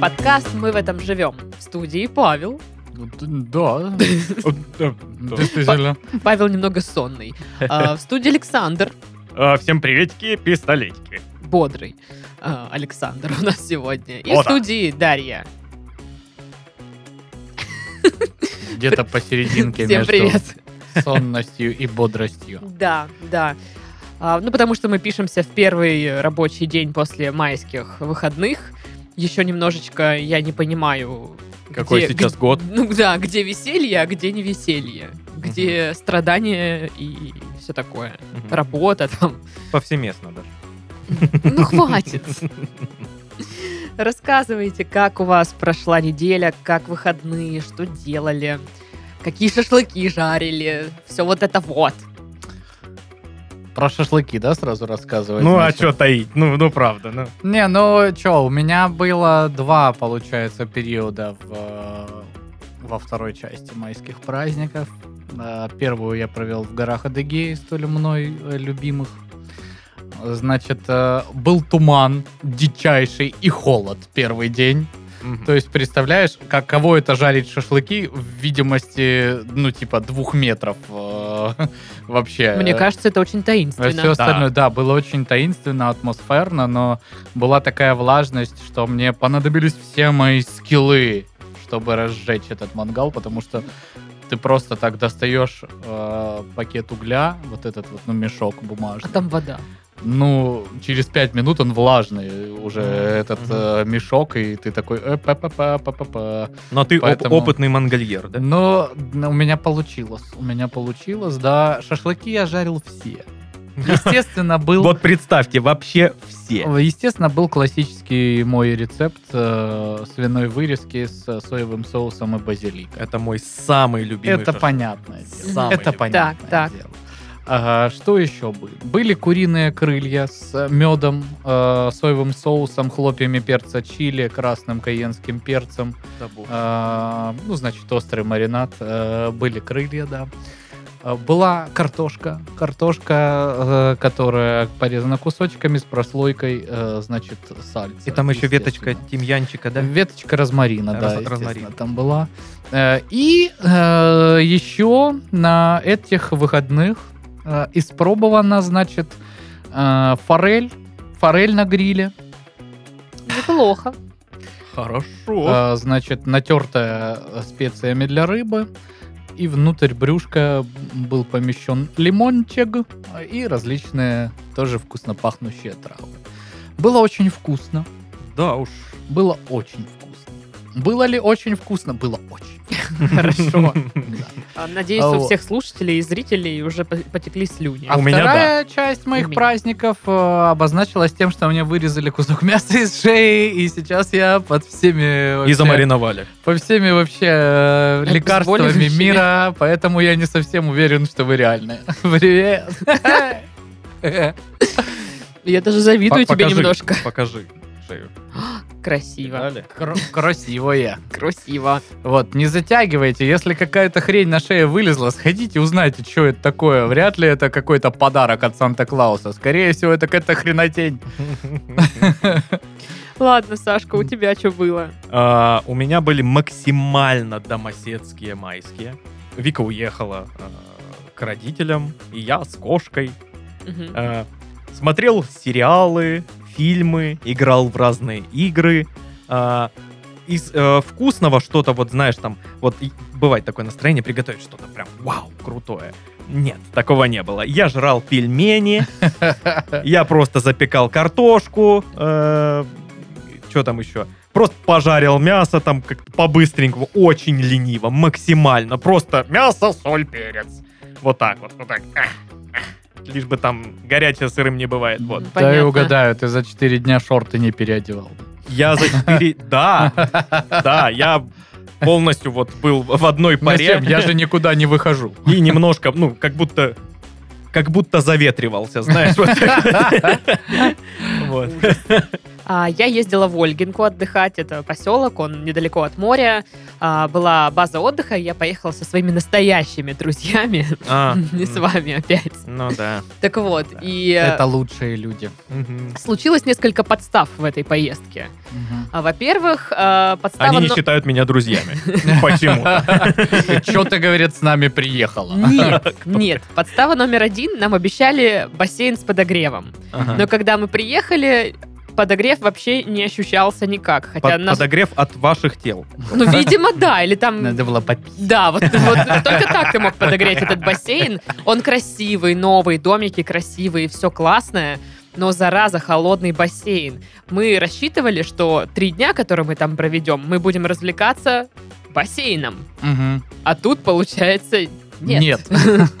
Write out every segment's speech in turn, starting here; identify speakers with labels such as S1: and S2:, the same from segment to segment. S1: подкаст «Мы в этом живем». В студии Павел.
S2: Ну, Да. Вот, э, Действительно.
S1: Павел немного сонный. А, В студии Александр.
S3: А, Всем приветики, пистолетики.
S1: Бодрый а, Александр у нас сегодня. И
S3: О,
S1: в
S3: да.
S1: студии Дарья.
S2: Где-то посерединке
S1: Всем привет.
S2: между сонностью и бодростью.
S1: Да, да. А, ну, потому что мы пишемся в первый рабочий день после майских выходных. Еще немножечко я не понимаю...
S2: Какой
S1: где-
S2: сейчас
S1: г-
S2: год?
S1: Ну да, где веселье, а где не веселье. Где страдания и все такое.
S3: Мгм.
S1: Работа там.
S3: Повсеместно даже.
S1: Ну, хватит. Рассказывайте, как у вас прошла неделя, как выходные, что делали, какие шашлыки жарили, все вот это вот.
S2: Про шашлыки, да, сразу рассказывать?
S3: Ну а
S2: начал?
S3: что таить? Ну, ну правда, ну.
S2: Не, ну что, у меня было два, получается, периода в, э, во второй части майских праздников. Э, Первую я провел в горах Адыгеи, столь мной э, любимых. Значит, э, был туман, дичайший и холод первый день.
S3: Мгм.
S2: То есть, представляешь, каково это жарить шашлыки в видимости, ну, типа, двух метров э, вообще.
S1: Мне кажется, это очень
S2: Все
S1: таинственно.
S2: остальное, да, было очень таинственно, атмосферно, но была такая влажность, что мне понадобились все мои скиллы, чтобы разжечь этот мангал, потому что ты просто так достаешь э, пакет угля, вот этот вот, ну, мешок
S1: А
S2: бумажный.
S1: там вода.
S2: Ну, через пять минут он влажный уже,
S3: Мгм.
S2: этот э, мешок, и ты такой... э, па-па-па, па-па-па.
S3: Но ты оп-
S2: поэтому-
S3: опытный мангольер, да?
S2: Но у меня получилось. У меня получилось, да. Шашлыки я жарил все. Естественно, был... Э,
S3: Вот представьте, вообще все.
S2: Естественно, был классический мой рецепт э, свиной вырезки с соевым соусом и базиликом.
S3: Это мой самый любимый
S2: Это
S3: шашлык.
S2: понятное дело.
S3: Самый
S2: Это
S3: любимый.
S1: Так,
S2: понятное
S1: так.
S2: дело. Ага, что еще было? Были куриные крылья с медом, э, соевым соусом, хлопьями перца чили, красным каенским перцем, А, ну, значит, острый маринад, э, были крылья, да. А, Была картошка, картошка, э, которая порезана кусочками с прослойкой, э, значит, сальца.
S3: И там еще веточка
S2: естественно.
S3: тимьянчика, да?
S2: Веточка розмарина,
S3: Раз-
S2: да,
S3: розмарин.
S2: естественно, там была. Э, И э, еще на этих выходных э, испробована, значит, э, форель, форель на гриле.
S1: Неплохо.
S3: Хорошо.
S2: А, значит, натертая специями для рыбы. И внутрь брюшка был помещен лимончик а, и различные тоже вкусно пахнущие травы. Было очень вкусно.
S3: Да уж.
S2: Было очень вкусно. Было ли очень вкусно? Было очень.
S1: Хорошо.
S2: да.
S1: А, Надеюсь,
S2: А
S1: у
S2: вот.
S1: всех слушателей и зрителей уже по- потекли слюни.
S2: А
S3: У меня
S2: вторая часть
S1: У
S2: моих
S1: меня.
S2: праздников э, обозначилась тем, что мне вырезали кусок мяса из шеи, и сейчас я под всеми...
S3: И
S2: вообще-
S3: замариновали.
S2: по всеми вообще э, лекарствами
S1: Обезболивающими.
S2: мира, поэтому я не совсем уверен, что вы реальные. Привет.
S1: Я даже завидую
S3: П-
S1: тебе
S3: покажи,
S1: немножко.
S3: Покажи шею.
S1: Красиво.
S3: Видали?
S2: Кро- Красивое.
S1: Красиво.
S2: Вот, не затягивайте. Если какая-то хрень на шее вылезла, сходите, узнайте, что это такое. Вряд ли это какой-то подарок от Санта-Клауса. Скорее всего, это какая-то хренотень.
S1: Ладно, Сашка, у тебя что было?
S3: А, У меня были максимально домоседские майские. Вика уехала а, к родителям, и я с кошкой
S1: Мгм.
S3: Э, Смотрел сериалы, фильмы, играл в разные игры. Э, Из э, вкусного что-то, вот знаешь, там, вот и бывает такое настроение, приготовить что-то прям вау, крутое. Нет, такого не было. Я жрал пельмени, я просто запекал картошку, что там еще? Просто пожарил мясо там как по-быстренькому, очень лениво, максимально. Просто мясо, соль, перец. Вот так вот, вот так. Ах, ах. Лишь бы там горячее сырым не бывает. Вот.
S2: Да и
S1: Понятно.
S2: угадаю, ты за 4 дня шорты не переодевал.
S3: Я за четыре... Да, да, я полностью вот был в одной
S2: Ну,
S3: паре.
S2: Сем, Я же никуда не выхожу.
S3: И немножко, ну, как будто... Как будто заветривался, знаешь, вот так. Вот.
S1: А, Я ездила в Ольгинку отдыхать, это поселок, он недалеко от моря. А, Была база отдыха, и я поехала со своими настоящими друзьями,
S3: А,
S1: не с
S3: м,
S1: вами опять.
S3: Ну да.
S1: Так вот,
S3: Да.
S1: и э,
S2: Это лучшие люди.
S3: Мгм.
S1: случилось несколько подстав в этой поездке.
S2: Мгм.
S1: А, Во-первых, э, подстава...
S3: Они не
S1: но-
S3: считают меня друзьями. Почему?
S2: Ты чё ты, говорит, с нами приехала?
S1: Нет, нет. Подстава номер один. Нам обещали бассейн с подогревом.
S3: Ага.
S1: Но когда мы приехали, подогрев вообще не ощущался никак. Хотя
S3: Под-
S1: нас...
S3: Подогрев от ваших тел.
S1: Ну, видимо, да. Или там...
S2: Надо было попить.
S1: Да, вот, вот только так ты мог подогреть этот бассейн. Он красивый, новый, домики красивые, все классное. Но, зараза, холодный бассейн. Мы рассчитывали, что три дня, которые мы там проведем, мы будем развлекаться бассейном.
S2: Мгм.
S1: А тут, получается, нет.
S2: Нет.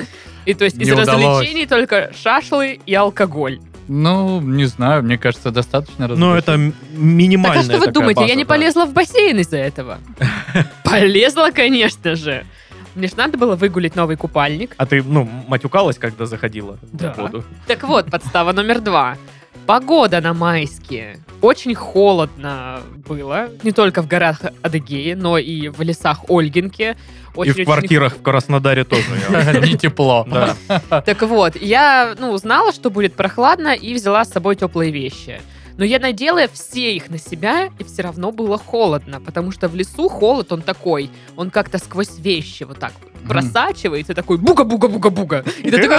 S1: И то есть из
S2: Не удалось.
S1: развлечений только шашлы и алкоголь.
S2: Ну, не знаю, мне кажется, достаточно
S3: Ну, это м-
S1: Так
S3: минимальная
S1: а что вы
S3: такая
S1: думаете, я
S3: база,
S1: не
S3: да.
S1: полезла в бассейн из-за этого? Полезла, конечно же. Мне же надо было выгулить новый купальник.
S3: А ты, ну, матюкалась, когда заходила
S1: Да.
S3: в воду?
S1: Так вот, подстава номер два. Погода на майске. Очень холодно было. Не только в горах Адыгеи, но и в лесах Ольгинки.
S3: И
S1: Очень-очень
S3: в квартирах в Краснодаре тоже. я-
S2: Не тепло.
S3: Да.
S1: Так вот, я ну, узнала, что будет прохладно, и взяла с собой теплые вещи. Но я надела все их на себя, и все равно было холодно, потому что в лесу холод, он такой, он как-то сквозь вещи вот так вот
S2: Мгм.
S1: просачивается, и такой буга-буга-буга-буга. И ты такой,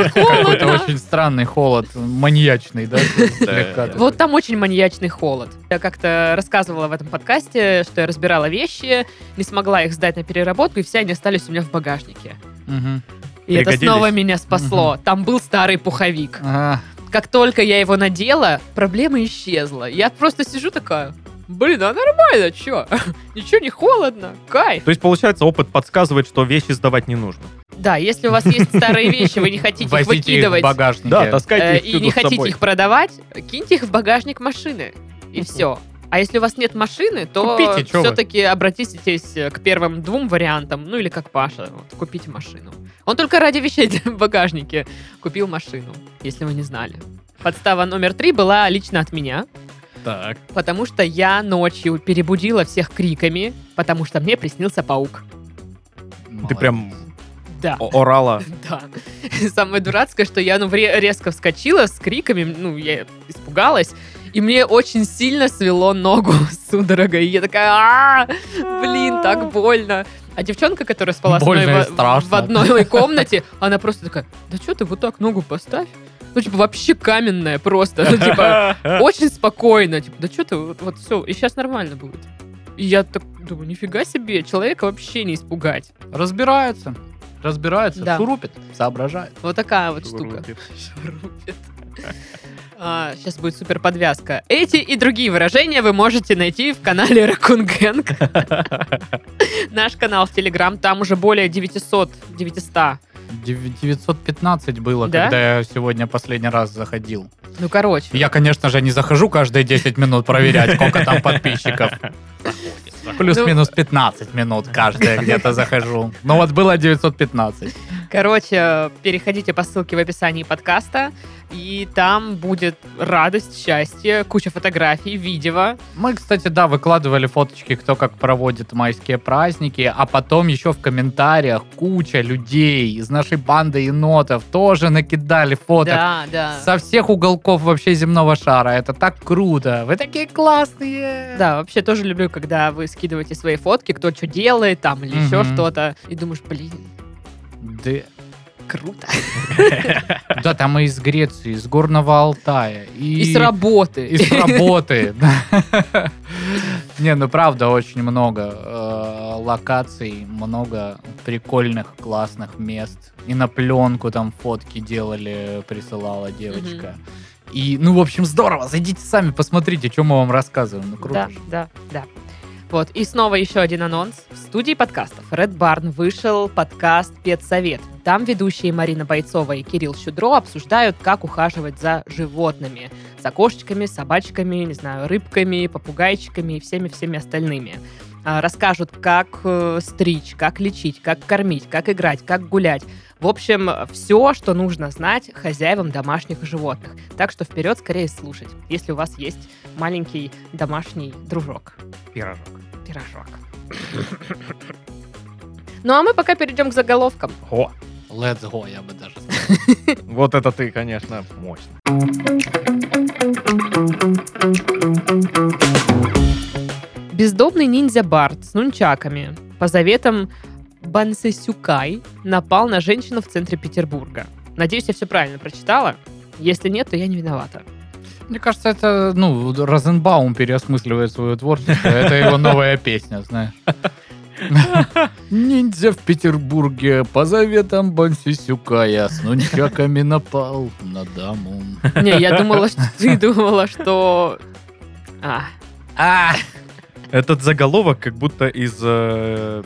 S1: «А,
S2: Это
S1: холодно.
S2: очень странный холод, маньячный, да? слегка
S3: да.
S2: такой.
S1: Вот там очень маньячный холод. Я как-то рассказывала в этом подкасте, что я разбирала вещи, не смогла их сдать на переработку, и все они остались у меня в багажнике.
S2: Мгм.
S1: И это
S3: Пригодились.
S1: снова меня спасло. Там был старый пуховик.
S2: Ага.
S1: Как только я его надела, проблема исчезла. Я просто сижу такая, блин, а нормально, чё? Ничего не холодно, кайф.
S3: То есть, получается, опыт подсказывает, что вещи сдавать не нужно.
S1: Да, если у вас есть старые вещи, вы не хотите их
S2: Возите их в
S1: выкидывать
S2: багажнике.
S3: Да, таскайте
S1: э,
S3: их
S1: и
S3: всюду
S1: не
S3: с
S1: хотите
S3: собой.
S1: их продавать, киньте их в багажник машины, и все. А если у вас нет машины, то
S2: Купите, чё вы.
S1: все-таки обратитесь э, к первым двум вариантам, ну или как Паша, вот, купите машину. Он только ради вещей в багажнике купил машину, если вы не знали. Подстава номер три была лично от меня.
S3: Так.
S1: Потому что я ночью перебудила всех криками, потому что мне приснился паук.
S3: Ты
S2: Молодец.
S3: прям
S1: Да.
S3: о- орала.
S1: Да. Самое дурацкое, что я ну, вре- резко вскочила с криками, ну, я испугалась, и мне очень сильно свело ногу судорога, и я такая, «А, блин, так больно. А девчонка, которая спала со мной
S2: Больно и
S1: в-
S2: страшно.
S1: в одной комнате, она просто такая, да что ты вот так ногу поставь? Ну, типа, вообще каменная просто. Ну, типа, очень спокойно. Типа, да что ты, вот, все, и сейчас нормально будет. И я так думаю, нифига себе, человека вообще не испугать.
S2: Разбирается. Разбирается,
S1: Да.
S2: шурупит, соображает.
S1: Вот такая вот штука. сейчас А, будет супер подвязка. Эти и другие выражения вы можете найти в канале Ракун Гэнг. Наш канал в Телеграм, там уже более 900, 900.
S2: Дев- 915 было,
S1: Да?
S2: когда я сегодня последний раз заходил.
S1: Ну, короче.
S2: Я, конечно же, не захожу каждые 10 минут проверять, сколько там подписчиков. Плюс-минус 15 минут каждая где-то захожу. Ну вот было 915.
S1: Короче, переходите по ссылке в описании подкаста, и там будет радость, счастье, куча фотографий, видео.
S2: Мы, кстати, да, выкладывали фоточки, кто как проводит майские праздники, а потом еще в комментариях куча людей из нашей банды енотов тоже накидали фоток.
S1: Да, да.
S2: Со всех уголков вообще земного шара. Это так круто. Вы такие классные.
S1: Да, вообще тоже люблю, когда вы скидываете свои фотки, кто что делает там или еще
S2: Мгм.
S1: что-то, и думаешь, блин,
S2: Да,
S1: круто.
S2: да, там и из Греции, из Горного Алтая. И,
S1: И, с работы.
S2: и с работы. Не, ну правда, очень много э, локаций, много прикольных, классных мест. И на пленку там фотки делали, присылала девочка. И, ну, в общем, здорово. Зайдите сами, посмотрите, что мы вам рассказываем. Ну, круто
S1: Да,
S2: же.
S1: да, да. Вот, и снова еще один анонс. В студии подкастов Red Barn вышел подкаст «Педсовет». Там ведущие Марина Бойцова и Кирилл Щудро обсуждают, как ухаживать за животными. За кошечками, собачками, не знаю, рыбками, попугайчиками и всеми-всеми остальными. а, расскажут, как э, стричь, как лечить, как кормить, как играть, как гулять. В общем, все, что нужно знать хозяевам домашних животных. Так что вперед скорее слушать, если у вас есть маленький домашний дружок,
S3: Пирожок.
S1: пирожок. Ну а мы пока перейдем к заголовкам.
S3: О,
S2: Let's go, я бы даже сказал.
S3: вот это ты, конечно, мощно.
S1: Бездомный ниндзя Барт с нунчаками по заветам Бансесюкай напал на женщину в центре Петербурга. Надеюсь, я все правильно прочитала. Если нет, то я не виновата.
S2: Мне кажется, это, ну, Розенбаум переосмысливает свое творчество. Это его новая песня, знаешь. Ниндзя в Петербурге по заветам Бансисюкая с нунчаками напал на даму.
S1: Не, я думала, что ты думала, что... А,
S2: А,
S3: Этот заголовок как будто из э,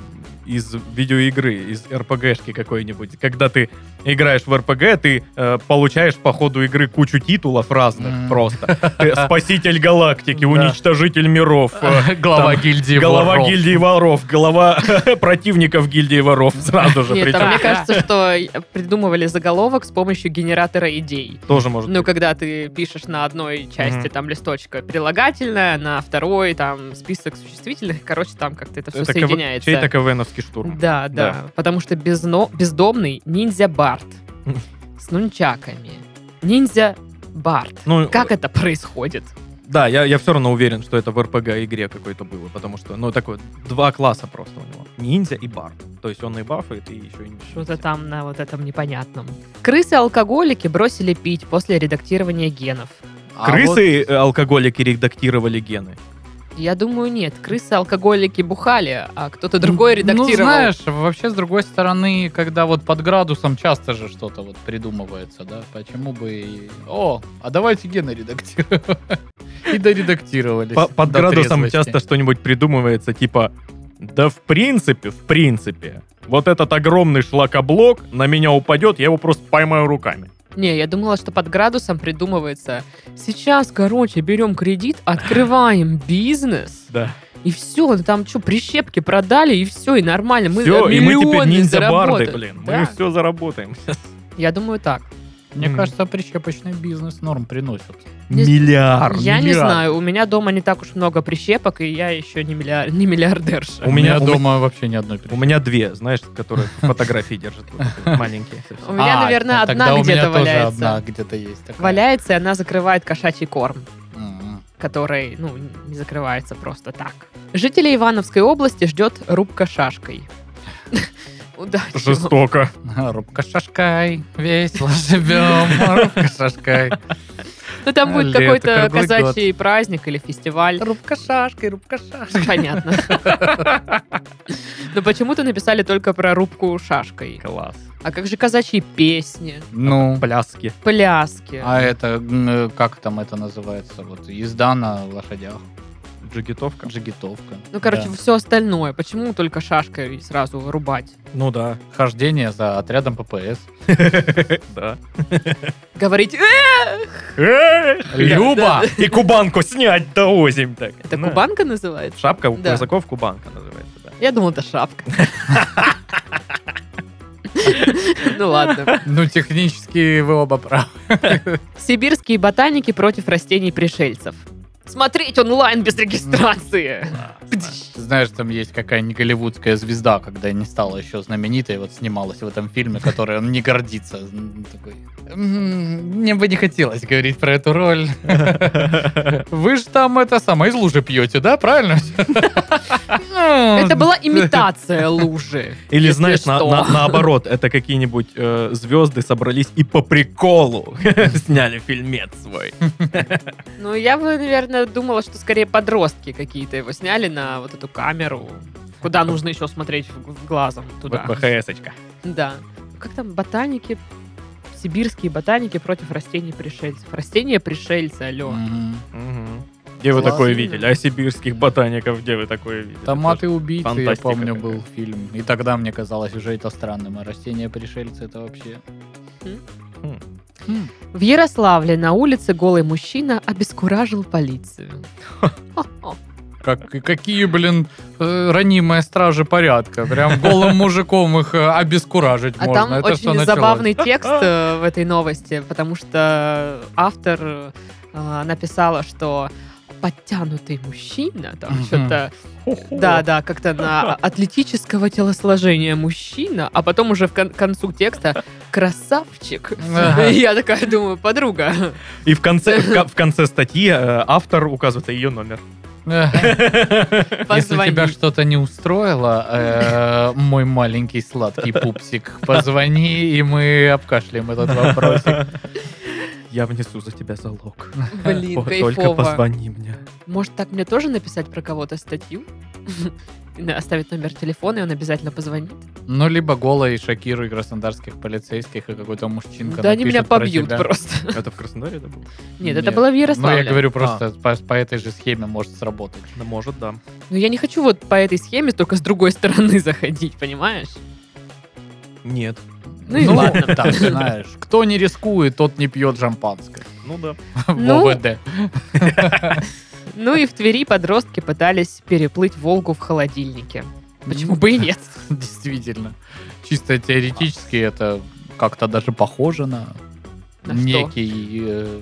S3: из видеоигры, из РПГшки какой-нибудь. Когда ты играешь в РПГ, ты э, получаешь по ходу игры кучу титулов разных
S2: М.
S3: просто. Ты спаситель галактики,
S2: Да.
S3: уничтожитель миров, э,
S2: глава гильдии
S3: голова
S2: воров.
S3: гильдии воров, голова противников гильдии воров сразу же.
S1: нет, а
S3: причем.
S1: мне кажется, что придумывали заголовок с помощью генератора идей.
S3: Тоже может
S1: Ну,
S3: быть.
S1: когда ты пишешь на одной части
S3: Мгм.
S1: там листочка прилагательное, на второй там список существительных, короче, там как-то это все
S3: Это ков-
S1: соединяется.
S3: Чей-то КВНовский штурм.
S1: Да, да, Потому что безно- бездомный ниндзя Барт с нунчаками. Ниндзя Барт.
S3: Ну,
S1: Как это происходит?
S3: Да, я, я все равно уверен, что это в РПГ-игре какой-то было, потому что, ну, такое, два класса просто у него. Ниндзя и бард. То есть он и бафает, и еще и ниндзя.
S1: Что-то там на вот этом непонятном. Крысы-алкоголики бросили пить после редактирования генов.
S2: А вот
S3: Крысы, э, алкоголики редактировали гены.
S1: Я думаю, нет. Крысы-алкоголики бухали, а кто-то другой редактировал.
S2: Ну, знаешь, вообще, с другой стороны, когда вот под градусом часто же что-то вот придумывается, да, почему бы и... О, а давайте гены редактируем. И доредактировались.
S3: По- под
S2: до
S3: градусом
S2: трезвости.
S3: часто что-нибудь придумывается, типа, да в принципе, в принципе, вот этот огромный шлакоблок на меня упадет, я его просто поймаю руками.
S1: Не, я думала, что под градусом придумывается. Сейчас, короче, берем кредит, открываем бизнес.
S3: Да.
S1: И все, там что, прищепки продали, и все, и нормально. Мы
S3: все, и мы
S1: миллионы
S3: теперь ниндзя-барды,
S1: заработали.
S3: блин.
S1: Да,
S3: Мы все заработаем.
S1: Я думаю так.
S2: Мне
S3: М.
S2: кажется, прищепочный бизнес норм приносит.
S1: Не-
S3: Миллиард.
S1: я не
S3: миллиард.
S1: знаю, у меня дома не так уж много прищепок, и я еще не, миллиар- не миллиардерша.
S3: У меня- у
S2: дома вообще ни одной
S3: У
S2: прищепки.
S3: меня две, знаешь, которые фотографии держат. вот эти вот Маленькие.
S1: У меня,
S2: А,
S1: наверное,
S2: а
S1: одна
S2: тогда у меня
S1: где-то
S2: тоже
S1: валяется.
S2: одна где-то есть такая.
S1: Валяется, и она закрывает кошачий корм.
S2: М.
S1: который, ну, не закрывается просто так. Жителей Ивановской области ждет рубка шашкой. Удачи. вам.
S3: Жестоко.
S2: Рубка шашкай, весело живем, рубка шашкай.
S1: Ну, там будет
S2: Лето,
S1: какой-то
S2: круглый
S1: казачий праздник или фестиваль.
S2: Рубка шашкой, рубка шашкой.
S1: Понятно. Но почему-то написали только про рубку шашкой.
S3: Класс.
S1: А как же казачьи песни,
S2: Ну,
S3: Пляски.
S1: пляски?
S2: а это, м, как там это называется, вот езда на лошадях,
S3: Джигитовка.
S2: джигитовка.
S1: Ну, короче,
S2: Да.
S1: все остальное. Почему только шашкой сразу рубать?
S3: Ну да.
S2: хождение за отрядом ППС.
S3: Да.
S1: Говорить «Э!»
S2: Люба!
S3: И кубанку снять до озим так. Ну.
S1: Это
S2: Ну.
S3: На.
S1: кубанка называется?
S3: Шапка у
S1: Да.
S3: казаков кубанка называется, да.
S1: Я думал, это шапка. Ну ладно.
S2: Ну, технически вы оба правы.
S1: Сибирские ботаники против растений пришельцев. Смотреть онлайн без регистрации. Пдищ.
S2: Ты Знаешь, там есть какая-нибудь голливудская звезда, когда не стала еще знаменитой, вот снималась в этом фильме, который он не гордится. М, Такой, «М, мне бы не хотелось говорить про эту роль. Вы же там это самое из лужи пьете, да? Правильно? Ну,
S1: Это была имитация лужи.
S3: Или,
S1: если
S3: знаешь, на-
S1: что.
S3: на- наоборот, это какие-нибудь э, звезды собрались и по приколу сняли фильмец свой.
S1: Ну, я бы, наверное, думала, что скорее подростки какие-то его сняли на вот эту камеру, куда нужно еще смотреть в- в глазом туда.
S3: БХС-очка.
S1: Да. Как там ботаники? Сибирские ботаники против растений пришельцев. Растения пришельцы, алло.
S2: Мгм.
S3: Где вы
S2: Классно.
S3: такое видели? А сибирских ботаников где вы такое видели?
S2: Томаты убийцы, я
S3: фантастика
S2: помню,
S3: какая.
S2: был фильм. И тогда мне казалось уже это странным. А растение пришельцы это вообще.
S1: Хм.
S3: Хм.
S2: Хм.
S1: В Ярославле на улице голый мужчина обескуражил полицию.
S2: Как, и какие, блин, э, ранимые стражи порядка. Прям голым мужиком их э, обескуражить
S1: А
S2: можно.
S1: там
S2: Это что
S1: очень
S2: началось?
S1: забавный текст э, в этой новости, потому что автор э, написала, что подтянутый мужчина, там
S2: Мгм.
S1: что-то, да, да, как-то на атлетического телосложения мужчина, а потом уже в кон- концу текста красавчик.
S2: Ага.
S1: И Я такая думаю, подруга.
S3: И в конце, в ко- в конце статьи э, автор указывает ее номер.
S2: Эх, Если
S1: Позвони.
S2: тебя что-то не устроило, э, мой маленький сладкий пупсик, позвони, и мы обкашляем этот вопросик.
S3: Я внесу за тебя залог.
S1: Блин,
S3: О, Только
S1: кайфово.
S3: позвони мне.
S1: Может, так мне тоже написать про кого-то статью? На- Оставить номер телефона, и он обязательно позвонит.
S2: Ну, либо голой шокируй краснодарских полицейских и какой-то мужчинка
S1: Да они меня
S2: напишет про
S1: побьют
S2: тебя.
S1: просто.
S3: Это в Краснодаре это было?
S1: Нет, это
S2: Нет.
S1: было в
S2: Ну,
S1: Ярославле.
S2: я говорю, просто по, по этой же схеме может сработать.
S3: Да может, да.
S1: Ну, я не хочу вот по этой схеме только с другой стороны заходить, понимаешь?
S3: Нет.
S1: Ну и ладно.
S2: так, знаешь, кто не рискует, тот не пьет шампанское.
S3: Ну да.
S1: Ну.
S2: В ОВД.
S1: Ну и в Твери подростки пытались переплыть Волгу в холодильнике. Почему бы и нет?
S2: Действительно. Чисто теоретически это как-то даже похоже на,
S1: На что?
S2: некий э,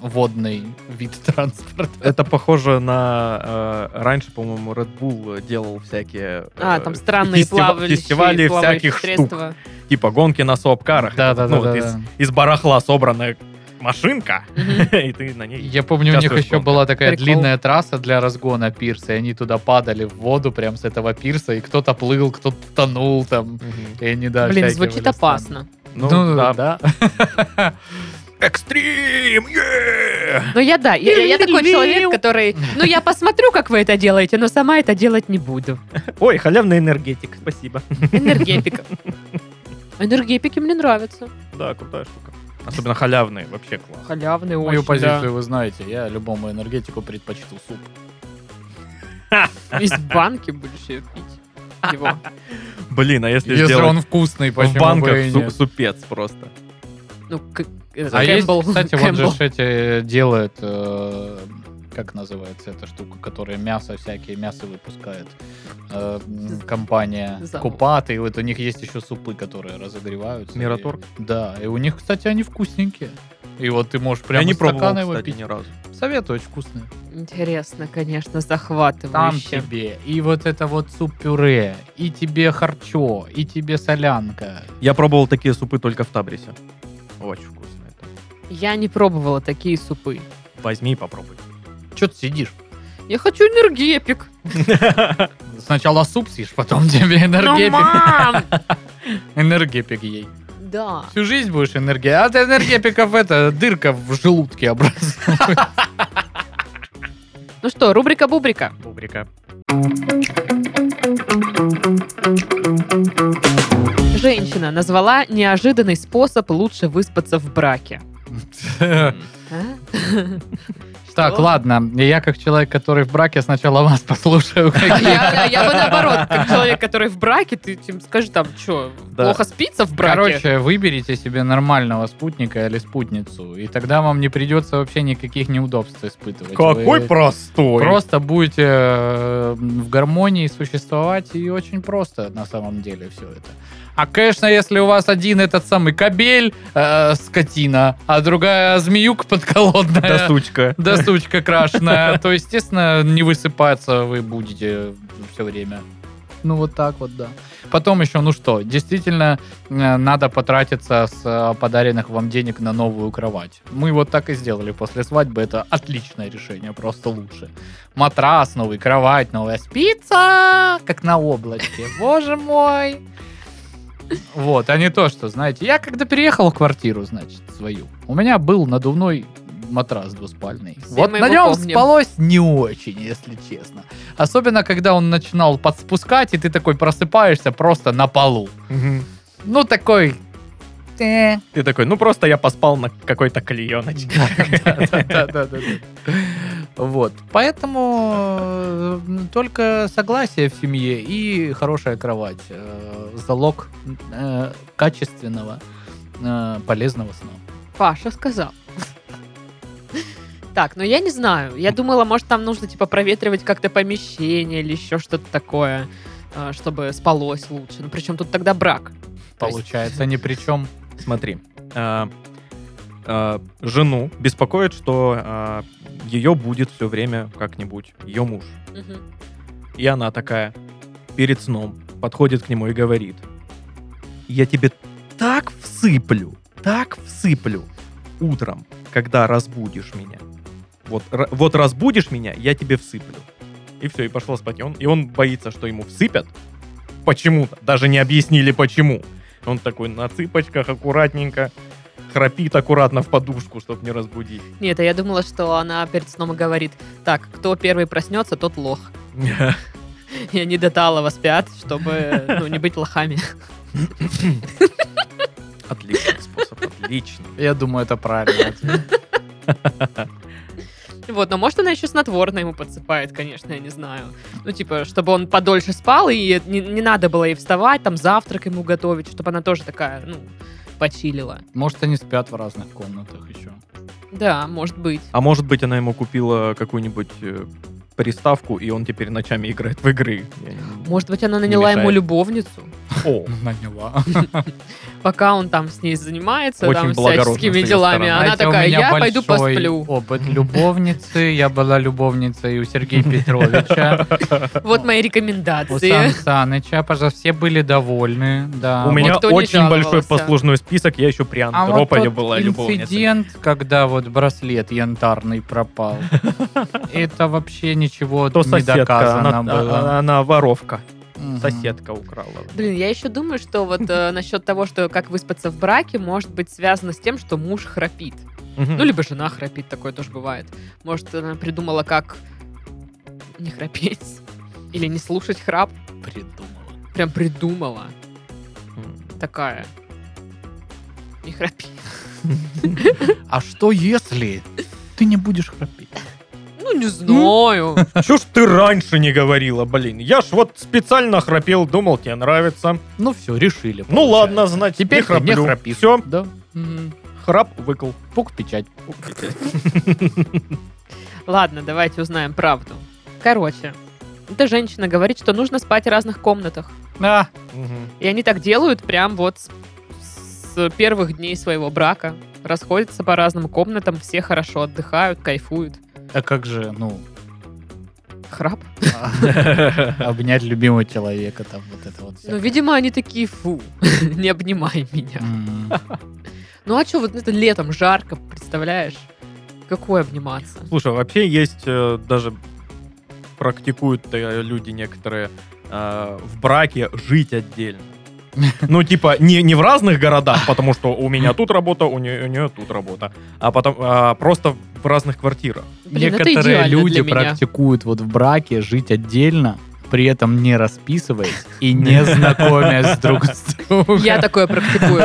S2: водный вид транспорта.
S3: Это похоже на... э, раньше, по-моему, Red Bull делал всякие... э,
S1: А, там странные
S3: фестива-
S1: плавающие,
S3: Фестивали
S1: плавающие
S3: всяких штук.
S1: средства.
S3: Типа гонки на соапкарах.
S2: Да-да-да,
S3: Ну, вот
S2: да-да.
S3: Из из барахла собранная машинка,
S1: Мгм.
S3: и ты на ней...
S2: Я помню, у них
S3: Участвуешь в
S2: еще
S3: гонках.
S2: была такая
S1: Прикол.
S2: длинная трасса для разгона пирса, и они туда падали в воду прям с этого пирса, и кто-то плыл, кто-то тонул там.
S3: Мгм.
S2: И они, да,
S1: Блин,
S2: всякие
S1: звучит
S2: были
S1: опасно.
S2: странные. Ну, да.
S3: Экстрим! е!
S1: Но я, да, я, я такой человек, который... Ну, я посмотрю, как вы это делаете, но сама это делать не буду.
S3: Ой, халявный энергетик, спасибо.
S1: Энергетика. Энергетики мне нравятся.
S3: Да, крутая штука. Особенно халявные, вообще класс.
S1: Халявные очень,
S2: Мою позицию
S1: да.
S2: вы знаете, я любому энергетику предпочту суп.
S1: Из банки будешь её пить.
S2: а
S1: Его.
S3: Блин, а если,
S2: Если
S3: сделать
S2: он вкусный,
S3: в
S2: почему бы
S3: банках
S2: и
S3: су-
S2: нет?
S3: супец просто?
S1: Ну, к- этот,
S2: А есть,
S1: Кэмпбелл-
S2: кстати, вот
S1: Кэмпбелл.
S2: же ж эти делают, э, как называется эта штука, которая мясо всякие, мясо выпускает э, м, компания
S1: Забыл.
S2: Купат, и вот у них есть еще супы, которые разогреваются.
S3: Мираторг?
S2: И- да, и у них, кстати, они вкусненькие. И вот ты можешь
S3: Я
S2: прямо
S3: не
S2: из стакана
S3: пробовал,
S2: его
S3: кстати,
S2: пить.
S3: ни разу.
S2: Советую, очень вкусные.
S1: Интересно, конечно,
S2: Там
S1: захватывающе.
S2: тебе и вот это вот суп-пюре, и тебе харчо, и тебе солянка.
S3: Я пробовал такие супы только в Табрисе. Очень вкусно это.
S1: Я не пробовала такие супы.
S3: Возьми и попробуй.
S2: Че ты сидишь?
S1: Я хочу энергетик.
S2: Сначала суп съешь, потом тебе
S1: Ну,
S2: энергетик.
S1: мам!
S2: Энергепик ей.
S1: Да.
S2: Всю жизнь будешь энергия. А от энергепиков это дырка в желудке образуется.
S1: Ну что, рубрика-бубрика.
S3: Бубрика.
S1: Женщина назвала неожиданный способ лучше выспаться в браке. А?
S2: Так,
S1: Что?
S2: ладно. Я как человек, который в браке, сначала вас послушаю. какие-
S1: Я, я бы наоборот, как человек, который в браке, ты им скажи там, что,
S3: Да.
S1: плохо спится в браке?
S2: Короче, выберите себе нормального спутника или спутницу, и тогда вам не придется вообще никаких неудобств испытывать. Вы
S3: простой!
S2: Просто будете э, в гармонии существовать, и очень просто на самом деле все это. А, конечно, если у вас один этот самый кабель, э, скотина, а другая змеюк
S3: Да
S2: подколодная,
S3: сучка.
S2: да сучка крашеная, то, естественно, не высыпаться вы будете все время. Ну, вот так вот, да. Потом еще, ну что, действительно, э, надо потратиться с э, подаренных вам денег на новую кровать. Мы вот так и сделали после свадьбы. Это отличное решение, просто лучше. Матрас, новый кровать, новая спица, как на облачке. Боже мой! Вот, а не то, что, знаете, я когда переехал в квартиру, значит, свою, у меня был надувной матрас двуспальный.
S1: Все
S2: вот
S1: мы
S2: на
S1: его
S2: нем
S1: помним.
S2: спалось не очень, если честно. Особенно, когда он начинал подспускать, и ты такой просыпаешься просто на полу.
S3: Мгм.
S2: Ну, такой... «Э».
S3: Ты такой, ну просто я поспал на какой-то клееночке.
S2: Да-да-да-да-да. Вот. Поэтому э, только согласие в семье и хорошая кровать. э, Залог э, качественного, э, полезного сна.
S1: Паша сказал. так, но я не знаю. Я думала, может, там нужно, типа, проветривать как-то помещение или еще что-то такое, э, чтобы спалось лучше. Ну, причем тут тогда брак.
S2: Получается, ни при чем.
S3: Смотри, э, э, жену беспокоит, что э, ее будет все время как-нибудь ее муж.
S1: Мгм.
S3: И она такая перед сном подходит к нему и говорит, я тебе так всыплю, так всыплю утром, когда разбудишь меня. Вот, ра- вот разбудишь меня, я тебе всыплю. И все, и пошла спать. И он, и он боится, что ему всыпят. Почему-то. Даже не объяснили, почему. Он такой на цыпочках, аккуратненько. Храпит аккуратно в подушку, чтобы не разбудить.
S1: Нет, а я думала, что она перед сном и говорит, так, кто первый проснется, тот лох. И они до талого спят, чтобы, ну, не быть лохами.
S3: Отличный способ, отличный.
S2: Я думаю, это правильно.
S1: Вот, но может она еще снотворное ему подсыпает, конечно, я не знаю. Ну, типа, чтобы он подольше спал, и не, не надо было ей вставать, там, завтрак ему готовить, чтобы она тоже такая, ну, почилила.
S2: Может, они спят в разных комнатах еще.
S1: Да, может быть.
S3: А может быть, она ему купила какую-нибудь э, приставку, и он теперь ночами играет в игры. Я не-
S1: Может быть, она наняла ему
S3: мешает.
S1: любовницу,
S3: О,
S2: Наняла.
S1: пока он там с ней занимается,
S3: Очень
S1: там,
S3: благородно с
S1: всяческими
S3: ее
S1: делами.
S3: стороны.
S1: а Она
S2: Знаете, у
S1: такая,
S2: меня
S1: я пойду
S2: большой
S1: посплю.
S2: опыт любовницы. Я была любовницей у Сергея Петровича,
S1: Вот мои
S2: у
S1: рекомендации.
S2: Сан Саныча. Пожалуйста, все были довольны. Да.
S3: у меня
S1: никто не
S3: очень большой
S1: жаловался.
S3: послужной список, я еще при
S2: А вот
S3: Андрополе
S2: тот
S3: была любовницей.
S2: инцидент, когда вот браслет янтарный пропал, это вообще ничего
S3: А То
S2: не
S3: соседка,
S2: доказано
S3: она,
S2: было.
S3: а- она воровка,
S2: Мгм.
S3: соседка украла.
S1: Блин, я еще думаю, что вот э, насчет того, что как выспаться в браке, может быть связано с тем, что муж храпит.
S3: Мгм.
S1: Ну, либо жена храпит, такое тоже бывает. Может, она придумала, как не храпеть. Или не слушать храп.
S2: Придумала.
S1: Прям придумала
S3: М.
S1: такая. Не храпи.
S2: А что если ты не будешь храпеть?
S1: Ну, не знаю.
S3: Чё ж ты раньше не говорила, блин? Я ж вот специально храпел, думал, тебе нравится.
S2: Ну все, решили.
S3: Ну
S2: получается.
S3: ладно, значит,
S2: Теперь
S3: не
S2: ты не
S3: храплю.
S2: храпишь.
S3: Все,
S2: Да. Мгм.
S3: храп выкл.
S2: Пук печать.
S1: Ладно, давайте узнаем правду. Короче, эта женщина говорит, что нужно спать в разных комнатах.
S2: А,
S3: Мгм.
S1: И они так делают прям вот с, с первых дней своего брака. Расходятся по разным комнатам, все хорошо отдыхают, кайфуют.
S2: а как же, ну,
S1: Храп.
S2: обнять любимого человека, там вот это вот
S1: Ну,
S2: все.
S1: видимо, они такие, фу, не обнимай меня. Ну а что, вот это летом жарко, представляешь? Какое обниматься?
S3: Слушай, вообще есть э, даже практикуют э, люди некоторые э, в браке жить отдельно. Ну, типа, не, не в разных городах, потому что у меня тут работа, у нее, у нее тут работа, а потом а, просто в разных квартирах.
S1: Блин, это
S2: Некоторые
S1: идеально
S2: люди
S1: для меня.
S2: практикуют вот в браке жить отдельно, при этом не расписываясь и не знакомясь друг с другом.
S1: Я такое практикую.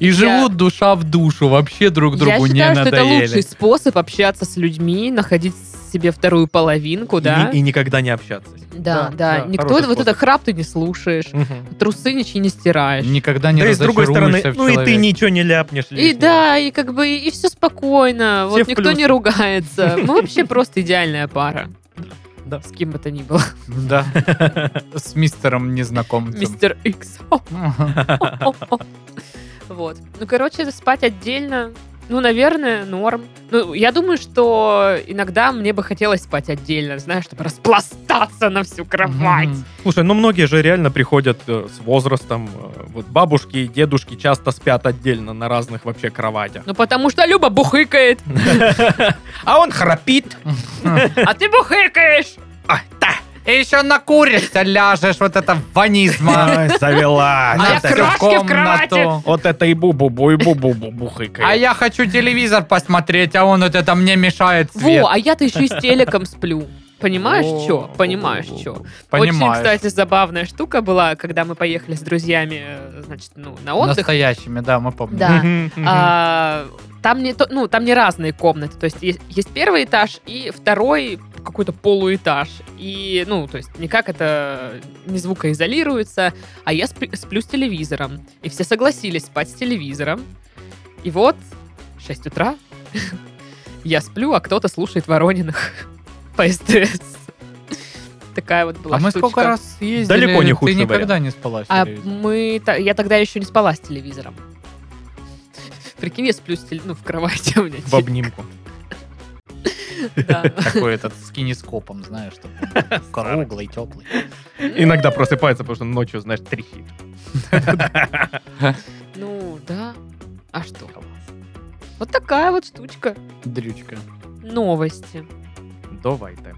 S2: И живут душа в душу, вообще друг другу
S1: Я
S2: не
S1: считаю, что это лучший
S2: надоели.
S1: способ общаться с людьми, находить себе вторую половинку,
S3: И
S1: да?
S3: ни- И, никогда не общаться.
S1: Да,
S3: Да,
S1: да.
S3: да,
S1: Никто
S3: хороший
S1: вот это
S3: способ.
S1: храп ты не слушаешь, трусы ничьи не стираешь.
S2: Никогда не
S3: да и с другой стороны,
S2: разочаруешься в
S3: ну и ты
S2: человеке.
S3: ничего не ляпнешь.
S1: И
S3: лишнего.
S1: да, и как бы и все спокойно,
S3: Все
S1: вот
S3: в
S1: никто
S3: плюсе.
S1: не ругается. Мы вообще просто идеальная пара.
S3: Да.
S1: С кем бы то ни было.
S2: Да. С мистером незнакомцем.
S1: Мистер Икс. О, Вот. Ну, короче, спать отдельно, ну, наверное, норм. Ну, я думаю, что иногда мне бы хотелось спать отдельно, знаешь, чтобы распластаться на всю кровать.
S2: Мгм.
S3: Слушай, ну многие же реально приходят э, с возрастом. э, вот бабушки и дедушки часто спят отдельно на разных вообще кроватях.
S1: Ну, потому что Люба бухыкает,
S3: А он храпит.
S1: а ты бухыкаешь.
S2: И еще накуришься, ляжешь, вот это ванизма.
S3: Ай, завела.
S1: А я
S2: Всю
S1: крошки в
S2: комнату.
S1: кровати.
S3: Вот это и бу-бу-бу, и бу-бу-бу хыкает.
S2: А я хочу телевизор посмотреть, а он вот это мне мешает свет.
S1: Во, а я-то еще и с телеком сплю. Понимаешь, что? Понимаешь, что? Очень,
S2: Понимаешь.
S1: кстати, забавная штука была, когда мы поехали с друзьями, э, значит, ну, на отдых.
S2: Настоящими, да, мы помним.
S1: Да. А, там не то, ну там не разные комнаты, то есть есть, есть первый этаж и второй какой-то полуэтаж и ну то есть никак это не звукоизолируется, а я спи- сплю с телевизором и все согласились спать с телевизором и вот 6 утра я сплю, а кто-то слушает Ворониных по СТС. Такая вот была
S2: А мы
S1: штучка.
S2: сколько раз ездили,
S3: Далеко не
S2: ты
S3: худший
S2: никогда не спала с
S1: А
S2: телевизором.
S1: мы... та- Я тогда еще не спала с телевизором. Прикинь, я сплю с теле- ну, в кровати у меня. типа.
S3: в обнимку.
S1: Да.
S2: Такой этот с кинескопом, знаешь, чтобы он был круглый, теплый.
S3: Иногда просыпается, потому что ночью, знаешь, тряхит.
S1: Ну, да. А что? Вот такая вот штучка.
S2: Дрючка.
S1: Новости.
S3: Давайте.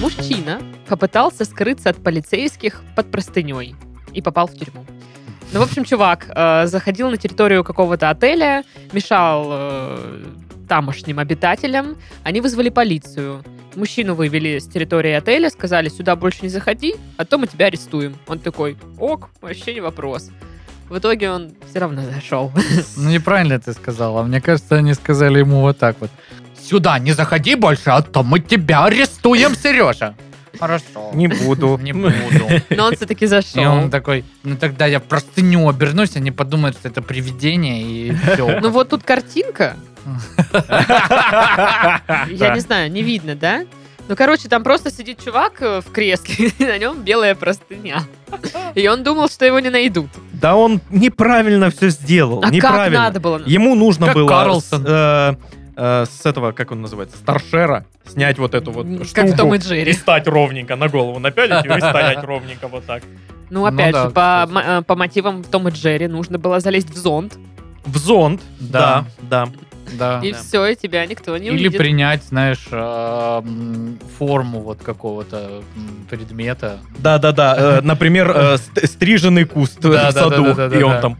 S1: Мужчина попытался скрыться от полицейских под простыней и попал в тюрьму. Ну, в общем, чувак э, заходил на территорию какого-то отеля, мешал э, тамошним обитателям. Они вызвали полицию. Мужчину вывели с территории отеля, сказали, сюда больше не заходи, а то мы тебя арестуем. Он такой, ок, вообще не вопрос. В итоге он все равно зашел.
S2: Ну, неправильно ты сказала. Мне кажется, они сказали ему вот так вот. Сюда не заходи больше, а то мы тебя арестуем, Сережа. Хорошо.
S3: Не буду.
S2: Не буду.
S1: Но он все-таки
S2: И он
S1: зашел.
S2: такой, ну тогда я в простыню обернусь, они подумают, что это привидение, и все.
S1: Ну вот тут картинка, Я
S3: Да.
S1: не знаю, не видно, да? Ну, короче, там просто сидит чувак э, в кресле, и на нем белая простыня. И он думал, что его не найдут.
S3: Да он неправильно все сделал.
S1: А как
S3: Неправильно.
S1: надо было?
S3: Ему нужно
S2: Как
S3: было с,
S2: Карлсон.
S3: э, э, с этого, как он называется, старшера, снять вот эту вот
S1: Как в Том и
S3: штуку.
S1: Джерри.
S3: стать ровненько на голову напялить ее и стоять ровненько вот так.
S1: Ну, опять
S2: да,
S1: же, по,
S2: кстати.
S1: м- э, по мотивам Том и Джерри нужно было залезть в зонт,
S3: В зонт.
S2: Да.
S3: Да, да.
S2: А, Да.
S1: и все, и тебя никто не
S2: Или
S1: увидит.
S2: принять, знаешь, а, м, форму вот какого-то м, предмета.
S3: Да, да, да. э, Например, э, ст- стриженный куст
S2: Да,
S3: э, в
S2: да, да, да,
S3: саду.
S2: да,
S3: И
S2: да.
S3: он там.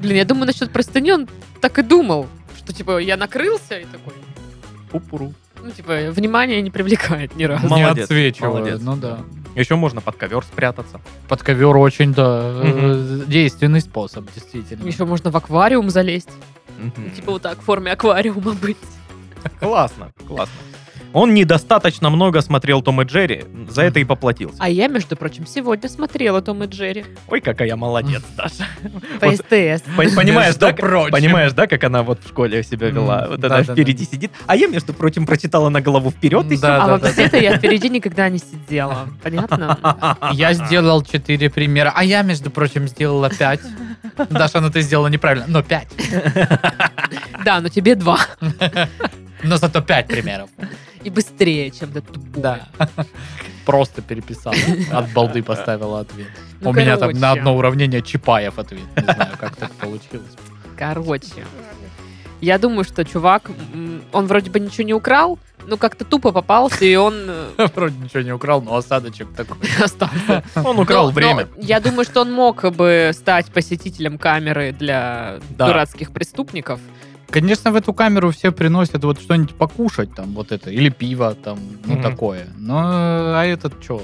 S1: Блин, я думаю, насчет простыни он так и думал, что, типа, я накрылся и такой...
S3: пупуру.
S1: Ну, типа, внимание не привлекает ни разу.
S3: Молодец,
S2: Не отсвечиваю.
S3: молодец.
S2: Ну да.
S3: Еще можно под ковер спрятаться.
S2: Под ковер очень, да,
S3: Мгм.
S2: э, действенный способ, действительно.
S1: Еще можно в аквариум залезть.
S3: Мгм.
S1: Типа, вот так, в форме аквариума быть.
S3: Классно, классно. Он недостаточно много смотрел Том и Джерри, за это и поплатился.
S1: А я, между прочим, сегодня смотрела Том и Джерри.
S3: Ой, какая молодец, Даша.
S1: По
S3: Вот.
S1: СТС. А
S3: Пон- Понимаешь,
S2: Между
S3: да,
S2: прочим.
S3: как- понимаешь, да, как она вот в школе себя вела?
S2: М,
S3: Вот
S2: да,
S3: она
S2: да,
S3: впереди сидит. А я, между прочим, прочитала на голову вперед и
S2: Да,
S1: А
S2: да,
S1: вообще-то я впереди никогда не сидела. Понятно?
S2: Я сделал 4 примера, а я, между прочим, сделала 5. Даша, ну ты сделала неправильно, но 5.
S1: Да, но тебе два.
S2: Но зато 5 примеров.
S1: И быстрее, чем ты тупой.
S2: Просто переписала. От балды поставила ответ.
S1: Ну,
S2: У меня там на
S1: короче.
S2: одно уравнение Чапаев ответ. Не знаю, как так получилось.
S1: Короче. Я думаю, что чувак, м, он вроде бы ничего не украл, но как-то тупо попался, и он э,
S2: Вроде ничего не украл, но осадочек такой.
S1: остался.
S3: Он украл
S1: Но-
S3: время.
S1: но Я думаю, что он мог бы стать посетителем камеры для
S3: Да.
S1: дурацких преступников.
S2: Конечно, в эту камеру все приносят вот что-нибудь покушать, там вот это, или пиво, там, ну
S3: Мгм.
S2: такое. Но а этот что?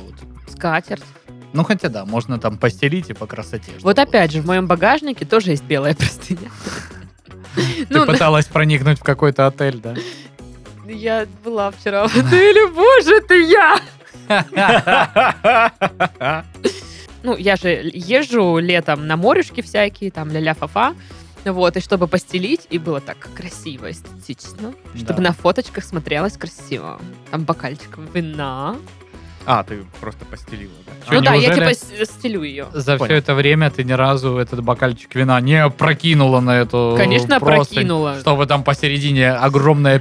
S1: Скатерть.
S2: Ну хотя да, можно там постелить и по красоте. чтобы
S1: Вот
S2: было.
S1: опять же, в моем багажнике тоже есть белая простыня.
S2: Ты
S1: ну,
S2: пыталась проникнуть в какой-то отель, да?
S1: Я была вчера в отеле, боже ты, я! Ну, я же езжу летом на морюшки всякие, там ля-ля-фа-фа. Вот, и чтобы постелить, и было так красиво, эстетично. Чтобы
S2: Да.
S1: на фоточках смотрелось красиво. Там бокальчик вина.
S3: А, ты просто постелила, да?
S2: Чё,
S1: ну да, я
S2: неужели-
S1: типа с- стелю ее.
S2: За
S3: Понял.
S2: все это время ты ни разу этот бокальчик вина не прокинула на эту
S1: Конечно,
S2: простынь,
S1: опрокинула.
S2: Чтобы там посередине огромное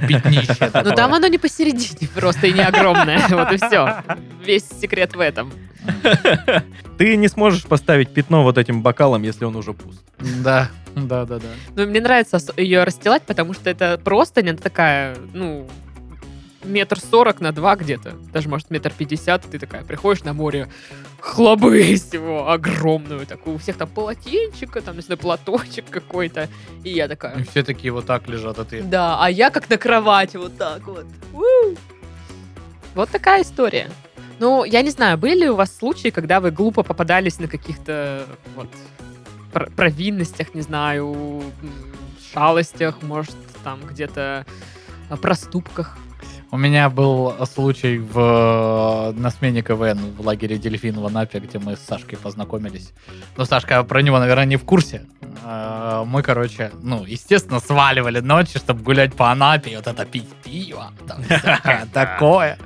S2: пятнище.
S1: Но Ну, там оно не посередине просто и не огромное. Вот и все. Весь секрет в этом.
S3: Ты не сможешь поставить пятно вот этим бокалом, если он уже пуст.
S2: Да, да, да, да.
S1: Ну, мне нравится ее расстилать, потому что это просто не такая, ну, метр сорок на два где-то. Даже, может, метр пятьдесят. Ты такая приходишь на море, хлобы из всего огромную такую. У всех там полотенчика, там, не знаю, платочек какой-то. И я
S2: И
S1: такая,
S2: все такие вот так лежат, а ты...
S1: да, а я как на кровати вот так вот. Уу. Вот такая история. Ну, я не знаю, были ли у вас случаи, когда вы глупо попадались на каких-то вот пр- провинностях, не знаю, м, шалостях, может, там где-то э, проступках?
S2: У меня был случай в, э, на смене КВН в лагере Дельфин в Анапе, где мы с Сашкой познакомились. Но Сашка про него, наверное, не в курсе. А, Мы, короче, ну, естественно, сваливали ночи, чтобы гулять по Анапе, и вот это пить пиво, там всякое такое.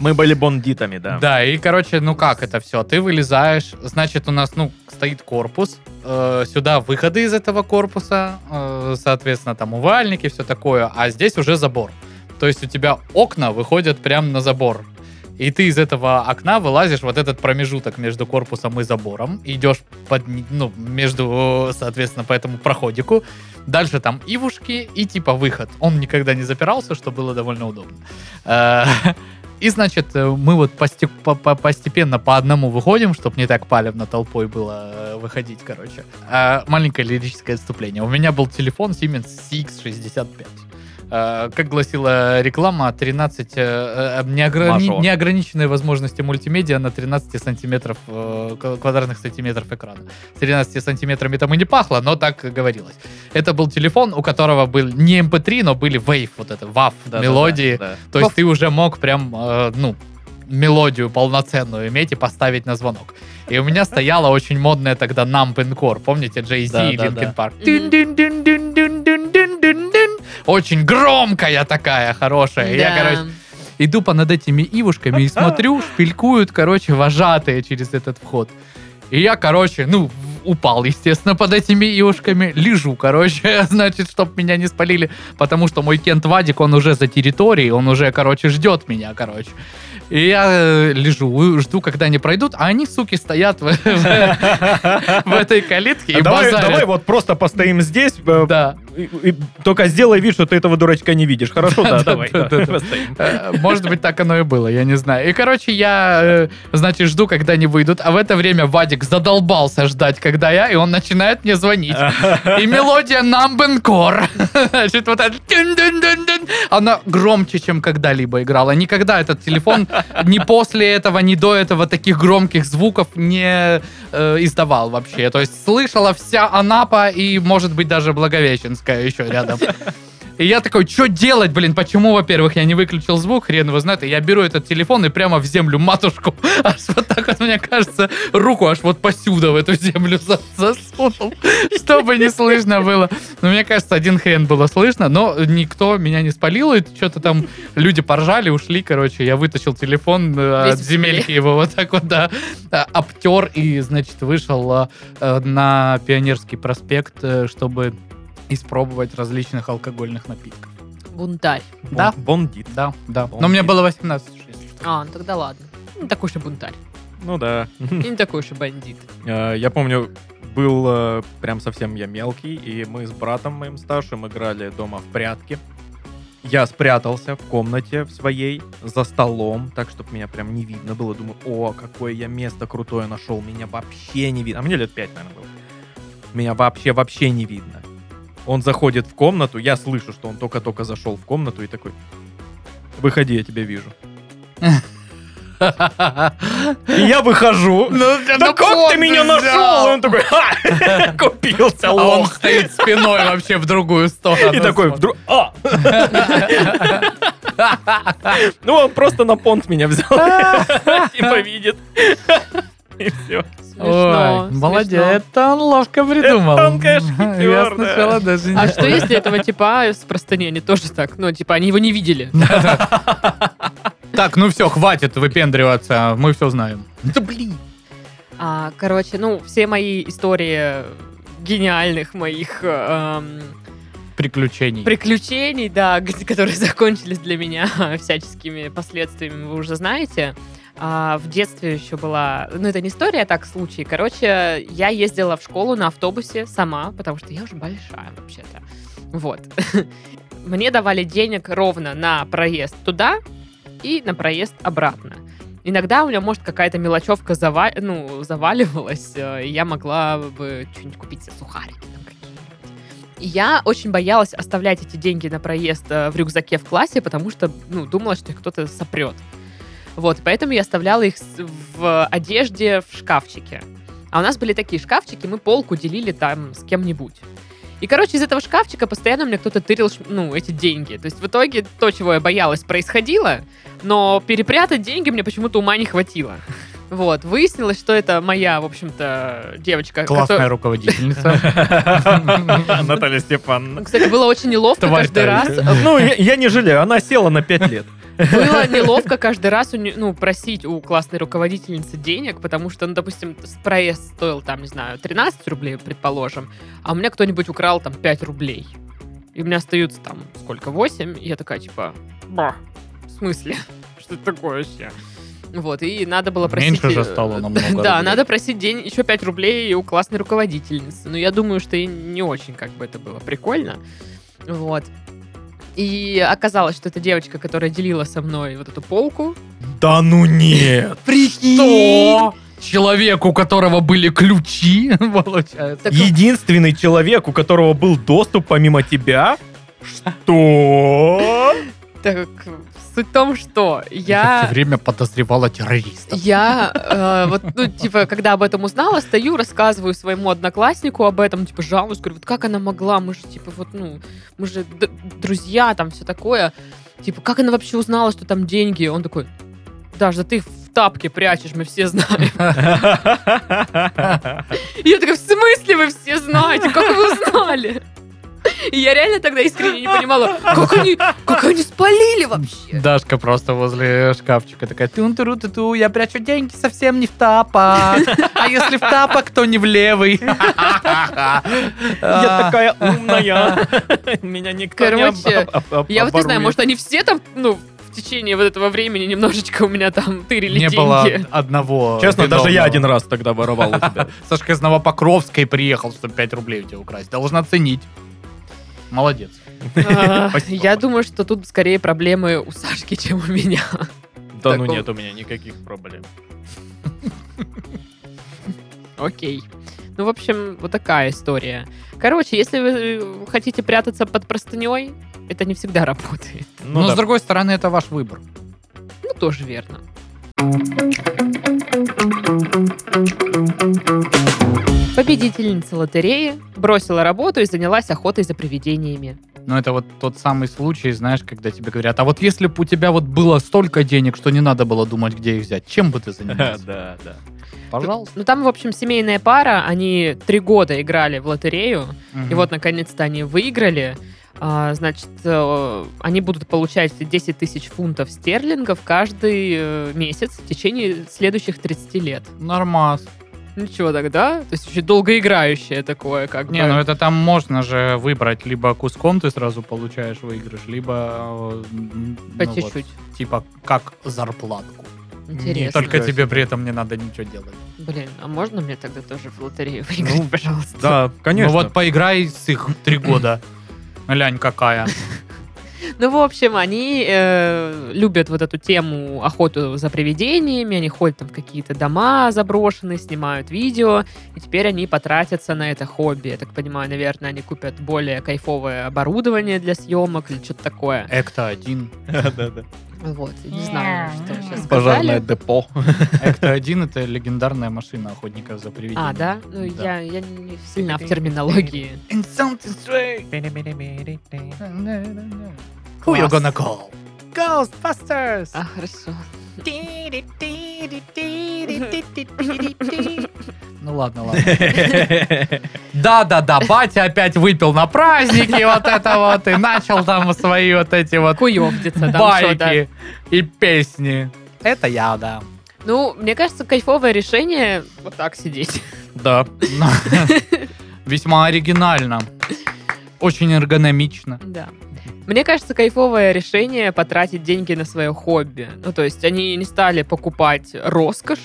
S3: Мы были бандитами, да.
S2: Да, и, короче, ну как это все? Ты вылезаешь, значит, у нас, ну, стоит корпус, э, сюда выходы из этого корпуса, э, соответственно, там увальники, все такое, а здесь уже забор. То есть у тебя окна выходят прямо на забор. И ты из этого окна вылазишь вот этот промежуток между корпусом и забором, идешь под, ни- ну, между, соответственно, по этому проходику. Дальше там ивушки и типа выход. Он никогда не запирался, что было довольно удобно. Э, И, значит, э, мы вот посте- по- по- постепенно по одному выходим, чтобы не так палевно толпой было э, выходить, короче. Э, Маленькое лирическое отступление. У меня был телефон Siemens CX65. Э, Как гласила реклама, 13 э, э, неограни-
S3: Машу.
S2: неограниченные возможности мультимедиа на 13 сантиметров э, кв- квадратных сантиметров экрана. С 13 сантиметрами там и не пахло, но так говорилось. Это был телефон, у которого был не MP3, но были Wave, вот это, WAV
S3: Да-да-да,
S2: мелодии.
S3: да.
S2: То есть ты уже мог прям, э, ну, мелодию полноценную иметь и поставить на звонок. И у меня стояла очень модная тогда Numb and Core. Помните, Джей
S3: Да,
S2: Зи и
S3: да,
S2: Линкен
S3: да.
S2: Парк? Дын-дын-дын-дын-дын-дын-дын-дын. Очень громкая такая, хорошая. И а Я, короче, иду по над этими ивушками и смотрю, шпилькуют, короче, вожатые через этот вход. И я, короче, ну, в- упал, естественно, под этими ивушками, лежу, короче, значит, чтоб меня не спалили, потому что мой Кент Вадик, он уже за территорией, он уже, короче, ждет меня, короче. И я э, лежу, э, жду, когда они пройдут, а они, суки, стоят в, в- в этой калитке и
S3: А давай,
S2: базарят.
S3: давай вот просто постоим здесь. э,
S2: Да.
S3: и- и только сделай вид, что ты этого дурачка не видишь. Хорошо, да, давай. да,
S2: да, да.
S3: постоим.
S2: Э, Может быть, так оно и было, я не знаю. И, короче, я, э, значит, жду, когда они выйдут, а в это время Вадик задолбался ждать, когда я, и он начинает мне звонить. И мелодия Намбенкор. Значит, вот эта... тын-дын-дын-дын, Она громче, чем когда-либо играла. Никогда этот телефон ни после этого, ни до этого таких громких звуков не э, издавал вообще. То есть слышала вся Анапа и, может быть, даже Благовещенская еще рядом. И я такой, что делать, блин, почему, во-первых, я не выключил звук, хрен его знает, и я беру этот телефон и прямо в землю матушку, аж вот так вот, мне кажется, руку аж вот посюда в эту землю за- засунул, чтобы не слышно было. Но мне кажется, один хрен было слышно, но никто меня не спалил, и что-то там люди поржали, ушли, короче, я вытащил телефон э,
S1: Весь
S2: от
S1: в земле.
S2: земельки его вот так вот, да, э, обтер и, значит, вышел э, э, на Пионерский проспект, э, чтобы испробовать различных алкогольных напитков.
S1: Бунтарь.
S2: Да.
S3: Бондит.
S2: Да, да.
S3: Он
S2: Но мне
S3: пи-
S2: было 18. если что.
S1: А, ну тогда ладно. Не такой уж и бунтарь.
S3: Ну да.
S2: Хм.
S1: И не такой уж и бандит.
S3: Э, Я помню, был э, прям совсем я мелкий, и мы с братом моим старшим играли дома в прятки. Я спрятался в комнате в своей, за столом, так, чтобы меня прям не видно было. Думаю, о, какое я место крутое нашел, меня вообще не видно. А мне лет пять, наверное, было. Меня вообще-вообще не видно. Он заходит в комнату, я слышу, что он только-только зашел в комнату и такой, выходи, я тебя вижу. И я выхожу. Да
S2: Ну,
S3: как ты
S2: поздно
S3: меня
S2: взял.
S3: нашел? И Он такой, ха, купился,
S2: А он
S3: лох.
S2: стоит спиной вообще в другую сторону.
S3: И такой
S2: смотрит.
S3: вдруг, а! Ну, он просто на понт меня взял. Типа видит. И все.
S1: Смешно. смешно.
S2: Ой, молодец, это он ловко придумал.
S3: Это он, конечно,
S2: Я
S3: хитер, да.
S2: сначала даже
S1: А
S2: не...
S1: что если этого типа с простыни, они тоже так, ну, типа, они его не видели.
S2: Так, ну все, хватит выпендриваться, мы все знаем. Да блин.
S1: А, короче, ну, все мои истории гениальных моих эм,
S2: Приключений.
S1: приключений, да, г- которые закончились для меня всяческими последствиями, вы уже знаете. А, в детстве еще была... Ну, это не история, а так случай. Короче, я ездила в школу на автобусе сама, потому что я уже большая вообще-то. Вот. Мне давали денег ровно на проезд туда и на проезд обратно. Иногда у меня, может, какая-то мелочевка зава- ну, заваливалась, э, и я могла бы что-нибудь купить себе сухарики там какие-нибудь. И Я очень боялась оставлять эти деньги на проезд э, в рюкзаке в классе, потому что ну, думала, что их кто-то сопрет. Вот, поэтому я оставляла их с- в одежде в шкафчике. А у нас были такие шкафчики, мы полку делили там с кем-нибудь. И, короче, из этого шкафчика постоянно мне кто-то тырил ш- ну, эти деньги. То есть в итоге то, чего я боялась, происходило, но перепрятать деньги мне почему-то ума не хватило. Вот, выяснилось, что это моя, в общем-то, девочка.
S4: Классная
S1: которая-
S2: Родительница.
S3: Наталья Степановна.
S1: Кстати, было очень неловко
S2: Тварь
S1: каждый
S2: та
S1: раз.
S2: еще.
S3: Ну, я- я не жалею, она села на 5 лет.
S1: Было неловко каждый раз у не- ну, просить у классной руководительницы денег, потому что, ну, допустим, с- проезд стоил, там, не знаю, 13 рублей, предположим, а у меня кто-нибудь украл, там, 5 рублей. И у меня остаются, там, сколько, 8, и я такая, типа, ба, в смысле? Что это такое вообще? Вот, и надо было просить... э,
S2: Меньше же стало намного
S1: Да,
S2: рублей.
S1: надо просить день, еще 5 рублей у классной руководительницы. Но я думаю, что и не очень как бы это было прикольно. Вот. И оказалось, что это девочка, которая делила со мной вот эту полку.
S3: Да ну нет!
S2: Что? Человек, у которого были ключи, получается.
S1: Так-
S3: Единственный человек, у которого был доступ помимо тебя? Что?
S1: Так, суть в том, что
S2: Я все
S1: я...
S2: время подозревала террориста.
S1: Я э, вот, ну, типа, когда об этом узнала, стою, рассказываю своему однокласснику об этом, типа, жалуюсь, говорю, вот как она могла, мы же, типа, вот, ну, мы же д- друзья, там, все такое. Типа, как она вообще узнала, что там деньги? Он такой, Даш, да ты их в тапке прячешь, мы все знаем. И я такая, в смысле вы все знаете? Как вы узнали? И я реально тогда искренне не понимала, как они, как они спалили вообще?
S2: Дашка просто возле шкафчика такая, тун ту ту ту я прячу деньги совсем не в тапок. А если в тапок, то не в левый. А,
S3: Я
S2: Я
S3: такая умная. А. Меня никто не об-
S1: Короче,
S3: об- об-
S1: Я вот не знаю,
S3: оборует.
S1: может, они все там, ну, в течение вот этого времени немножечко у меня там тырили
S2: Не
S1: деньги.
S2: было одного
S3: Честно, даже
S2: виновного.
S3: я один раз тогда воровал у тебя.
S2: Сашка из Новопокровской приехал, чтобы 5 рублей у тебя украсть. Должна ценить. Молодец.
S1: А,
S2: Спасибо.
S1: Я думаю, что тут скорее проблемы у Сашки, чем у меня.
S3: Да ну
S1: Таком-
S3: нет у меня никаких проблем.
S1: Окей. Ну, в общем, вот такая история. Короче, если вы э, хотите прятаться под простыней, это не всегда работает.
S2: Но,
S3: Ну
S2: с
S3: да.
S2: другой стороны, это ваш выбор.
S1: Ну, тоже верно. Победительница лотереи бросила работу и занялась охотой за привидениями.
S2: Но это вот тот самый случай, знаешь, когда тебе говорят, а вот если бы у тебя вот было столько денег, что не надо было думать, где их взять, чем бы ты
S3: Да,
S2: занимался?
S3: да.
S2: Пожалуйста.
S1: Ну, там, в общем, семейная пара, они три года играли в лотерею, и
S2: Мгм.
S1: вот, наконец-то, они выиграли. А, значит, э, они будут получать 10 тысяч фунтов стерлингов каждый э, месяц в течение следующих 30 лет. Ну,
S2: Нормас.
S1: Ничего тогда. То есть очень долгоиграющее такое, как
S2: Не,
S1: бы.
S2: ну это там можно же выбрать, либо куском ты сразу получаешь выигрыш, либо... э, м,
S1: По
S2: ну вот,
S1: чуть-чуть.
S2: типа как зарплатку.
S1: Интересно.
S2: Только
S3: Нифига
S2: тебе при этом не надо ничего делать. Ну
S1: Блин, а можно мне тогда тоже в лотерею выиграть,
S3: Ну,
S1: пожалуйста?
S3: Да, конечно.
S2: Ну вот поиграй с их три года. Лянь какая.
S1: Ну, в общем, они э, любят вот эту тему охоту за привидениями, они ходят там в какие-то дома заброшенные, снимают видео, и теперь они потратятся на это хобби. Я так понимаю, наверное, они купят более кайфовое оборудование для съемок или что-то такое.
S2: Экта один.
S3: Да-да-да.
S1: Вот, не знаю, что сейчас
S3: Пожарное
S1: сказали.
S3: депо.
S2: Экта один это легендарная машина охотников за привидениями.
S1: А, да? Ну,
S2: Да.
S1: Я, я не сильна в терминологии.
S2: And something strange. Who you
S1: Класс.
S2: gonna call?
S1: А, хорошо.
S2: Ну ладно, ладно. Да-да-да, батя опять выпил на празднике вот это вот и начал там свои вот эти вот
S1: Куёвдится там что-то.
S2: байки и песни. Это я, да.
S1: Ну, мне кажется, кайфовое решение вот так сидеть.
S3: Да.
S2: Ну, Весьма оригинально. Очень эргономично.
S1: Да. Мне кажется, кайфовое решение потратить деньги на свое хобби. Ну, то есть они не стали покупать роскошь,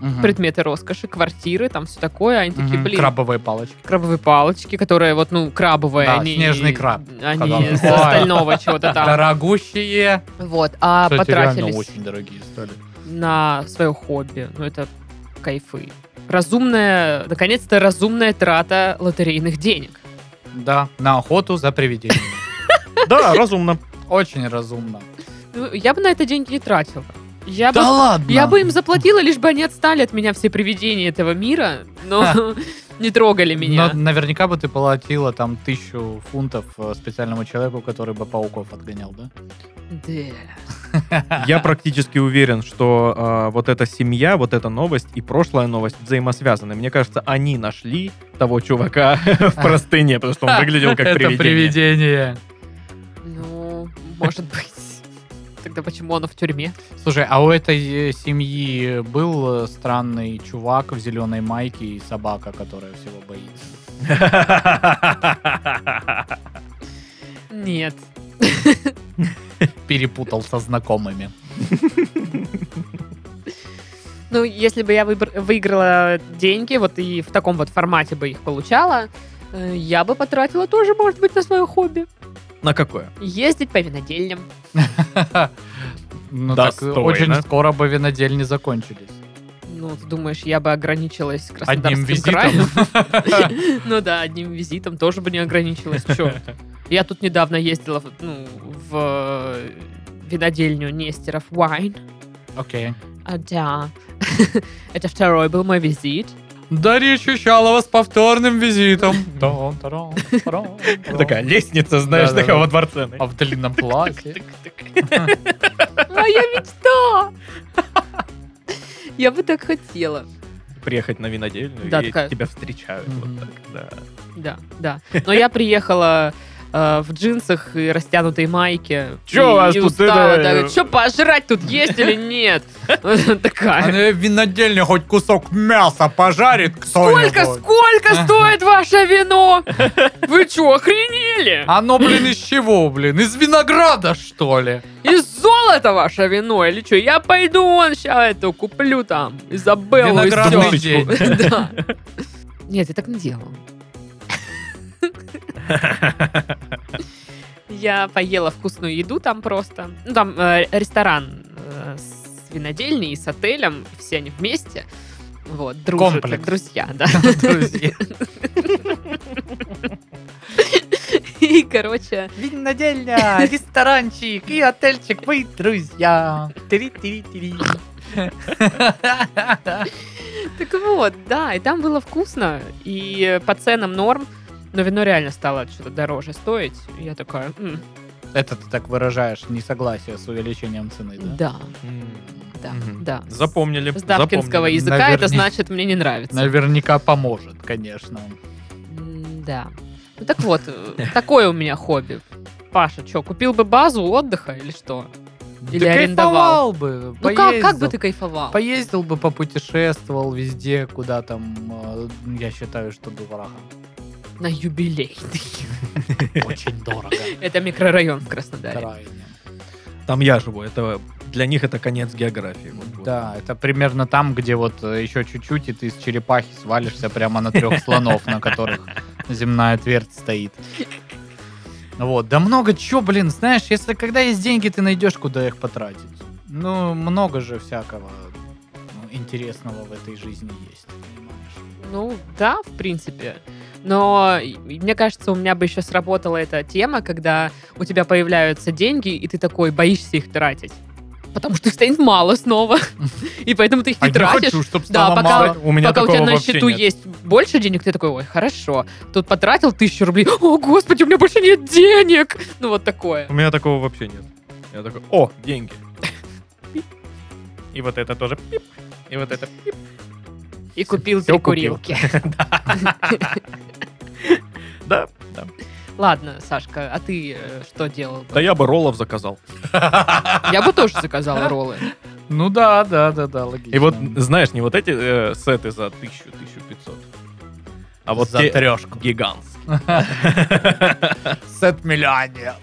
S2: Мгм.
S1: предметы роскоши, квартиры, там все такое. Они такие,
S2: Мгм.
S1: блин,
S2: Крабовые палочки.
S1: крабовые палочки, которые вот, ну, крабовые.
S2: Да,
S1: они,
S2: снежный краб,
S1: Они
S2: казалось.
S1: из остального чего-то там.
S2: Дорогущие.
S1: Вот, а
S2: Кстати,
S1: потратились
S2: реально очень дорогие стали.
S1: на свое хобби. Ну, это кайфы. Разумная, наконец-то разумная трата лотерейных денег.
S2: Да, на охоту за привидениями.
S3: Да, разумно.
S2: Очень разумно.
S1: Ну, я бы на это деньги не тратила. Я бы
S2: ладно!
S1: Я бы им заплатила, лишь бы они отстали от меня все привидения этого мира, но Не трогали меня.
S2: Но наверняка бы ты платила там тысячу фунтов э, специальному человеку, который бы пауков отгонял, да?
S1: Да.
S3: Я практически уверен, что а, вот эта семья, вот эта новость и прошлая новость взаимосвязаны. Мне кажется, они нашли того чувака в простыне, потому что он выглядел как
S2: Это
S3: привидение.
S2: привидение.
S1: Ну, может быть. Тогда почему она в тюрьме?
S2: Слушай, а у этой э, семьи был э, странный чувак в зеленой майке и собака, которая всего боится?
S1: Нет.
S2: Перепутал со знакомыми.
S1: Ну, если бы я выбр- выиграла деньги, вот и в таком вот формате бы их получала, э, я бы потратила тоже, может быть, на свое хобби.
S3: На какое?
S1: Ездить по винодельням.
S2: Ну так,
S3: Достойно.
S2: очень скоро бы винодельни закончились.
S1: Ну, ты думаешь, я бы ограничилась
S2: Одним
S1: Краснодарским краем?
S2: визитом.
S1: Ну да, одним визитом тоже бы не ограничилась. Чё? Я тут недавно ездила в- ну, в э, винодельню Нестеров Wine.
S2: Окей.
S1: А, да. Это второй был мой визит.
S2: Дарья Чущалова с повторным визитом.
S3: Такая лестница, знаешь,
S2: Да-да-да.
S3: такая во дворце.
S2: А в длинном платье.
S1: Моя мечта! Я бы так хотела.
S3: Приехать на винодельню,
S1: Да,
S3: и
S1: такая.
S3: тебя встречают.
S2: Мгм.
S3: Вот так, да.
S1: Да, да. Но я приехала э, в джинсах и растянутой майке.
S3: Чё
S1: И-
S3: у вас
S1: и
S3: тут
S1: устала,
S3: это- э,
S1: такая, Чё пожрать тут есть или нет? Вот
S2: А
S1: Такая.
S2: ну, в винодельне хоть кусок мяса пожарит кто-нибудь.
S1: Сколько, сколько стоит ваше вино? Вы чё, охренели?
S2: Оно, блин, из чего, блин? Из винограда, что ли?
S1: Из золота ваше вино или что? Я пойду вон сейчас эту куплю там. Изабеллу и
S2: Виноградный
S1: всё.
S2: день.
S1: Да. Нет, я так не делала. Я поела вкусную еду там просто. Ну, там э, ресторан э, с винодельней, и с отелем, все они вместе. Вот, дружат, как
S2: Комплекс.
S1: друзья, да.
S2: Друзья.
S1: И, короче,
S2: Винодельня, ресторанчик и отельчик, вы друзья.
S1: так вот, да, и там было вкусно, и по ценам норм, но вино реально стало что-то дороже стоить. И Я такая, «М,
S2: Это ты так выражаешь несогласие с увеличением цены, да?
S1: да, да,
S3: Мгм.
S1: да.
S3: Запомнили.
S1: С давкинского
S3: запомнили.
S1: языка это
S2: Наверни-
S1: значит мне не нравится.
S2: Наверняка поможет, конечно.
S1: М, Да. Ну так вот, э, такое у меня хобби. Паша, что, купил бы базу отдыха или что? Или
S2: Да
S1: арендовал.
S2: кайфовал бы,
S1: Ну как, как
S2: поездил.
S1: бы ты кайфовал?
S2: Поездил бы, попутешествовал везде, куда там, э, я считаю, что дорого.
S1: На юбилейный.
S2: Очень дорого.
S1: Это микрорайон в Краснодаре.
S2: Крайне.
S3: Там я живу. Это для них это конец географии. Вот, вот.
S2: Да, это примерно там, где вот э, еще чуть-чуть, и ты с черепахи свалишься прямо на трех слонов, на которых земная твердь стоит. Вот, да много чего, блин, знаешь, если когда есть деньги, ты найдешь, куда их потратить. Ну, много же всякого ну, интересного в этой жизни есть. понимаешь?
S1: Ну да, в принципе. Но и- и мне кажется, у меня бы еще сработала эта тема, когда у тебя появляются деньги, и ты такой боишься их тратить. Потому что их станет мало снова. И поэтому
S2: А
S1: ты их А не тратишь.
S2: чтобы
S1: Да, стало пока- мало.
S3: У меня
S1: Пока у тебя
S3: такого
S1: на
S3: вообще
S1: счету
S3: нет.
S1: есть больше денег, ты такой, ой, хорошо. Тут потратил тысячу рублей, о, господи, у меня больше нет денег. Ну, вот такое.
S3: У меня такого вообще нет. Я такой, о, деньги. И вот это тоже пип. И вот это пип.
S1: И купил
S3: всё
S1: три
S3: купил.
S1: курилки.
S3: Да,
S1: Ладно, Сашка, а ты э, что делал? бы?
S3: да я бы роллов заказал.
S1: Я бы тоже заказала роллы.
S2: Ну да, да, да, да, логично.
S3: И вот, знаешь, не вот эти э, сеты за 1000-1500, а вот
S2: за
S3: те
S2: трешку.
S3: гигантские.
S2: Сет миллионер.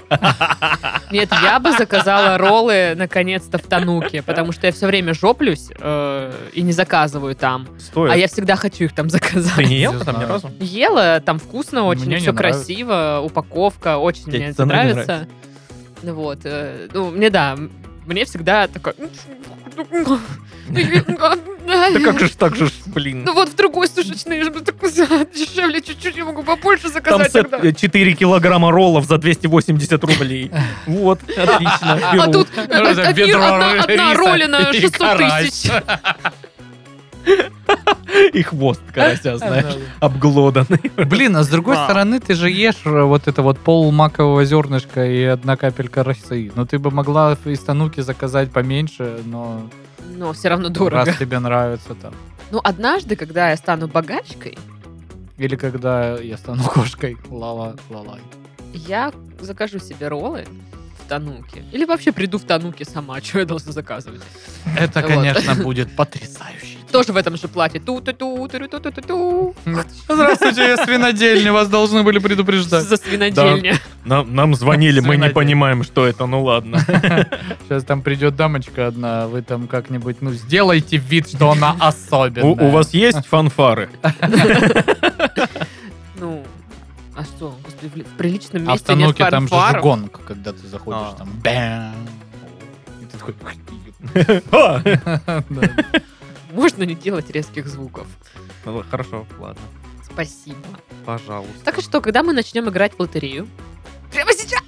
S1: Нет, я бы заказала роллы наконец-то в Тануке, потому что я все время жоплюсь э, и не заказываю там.
S3: Стоит.
S1: А я всегда хочу их там
S3: Ты
S1: заказать.
S3: не ел
S2: Не
S3: там ни
S2: знаю.
S3: разу?
S1: Ела, там вкусно очень,
S2: Мне не
S1: все
S2: нравится.
S1: красиво, упаковка, очень
S3: Тебе
S1: мне это
S3: цена не
S1: нравится. Ну Вот, э, ну, мне да, м- мне всегда такое... «Ну,
S3: Да
S1: Да
S2: а
S3: как же ж так же, ж, блин.
S1: Ну вот в другой сушечной, я же так дешевле чуть-чуть, я могу побольше
S3: Там
S1: заказать
S3: сет
S1: тогда.
S3: э, 4 килограмма роллов за 280 рублей. Вот, отлично.
S1: А
S3: беру.
S1: тут э,
S2: Ну, это
S1: один-
S2: ведро
S1: одна одна
S2: риса
S1: роллина
S2: и
S1: 600
S2: карась.
S1: тысяч.
S3: И хвост карася, знаешь,
S2: Э, Да,
S3: обглоданный.
S2: да. Блин, а с другой
S1: Да.
S2: стороны, ты же ешь э, вот это вот пол макового зернышка и одна капелька росы. Ну, ты бы могла из Тануки заказать поменьше, но
S1: Но все равно дорого.
S2: раз тебе нравится там.
S1: Ну, однажды, когда я стану богачкой,
S2: Или когда я стану кошкой. Лала, лалай.
S1: я закажу себе роллы в Тануке. Или вообще приду в Тануке сама, что я должна заказывать.
S2: Это,
S1: Вот.
S2: конечно, будет потрясающе.
S1: Тоже в этом же платье. ту ту ту ту ту ту ту ту
S2: Здравствуйте, я свинодельня, вас должны были предупреждать.
S1: За свинодельня.
S3: Нам, нам звонили, мы не
S2: Свинодел.
S3: понимаем, что это, ну ладно.
S2: Сейчас там придет дамочка одна, вы там как-нибудь, ну, сделайте вид, что она особенная.
S3: У, у вас есть фанфары?
S1: Ну, а что? господи, в ли- В приличном
S2: А в
S1: месте нет
S2: Тануке там же ж
S1: фанфаров.
S2: гонка, когда ты заходишь,
S3: А.
S2: там бэм. И ты такой...
S3: Ха!
S2: Да.
S1: Можно не делать резких звуков.
S3: Ну, Хорошо, ладно,
S1: Спасибо.
S3: пожалуйста.
S1: Так и что, когда мы начнем играть в лотерею? Прямо сейчас!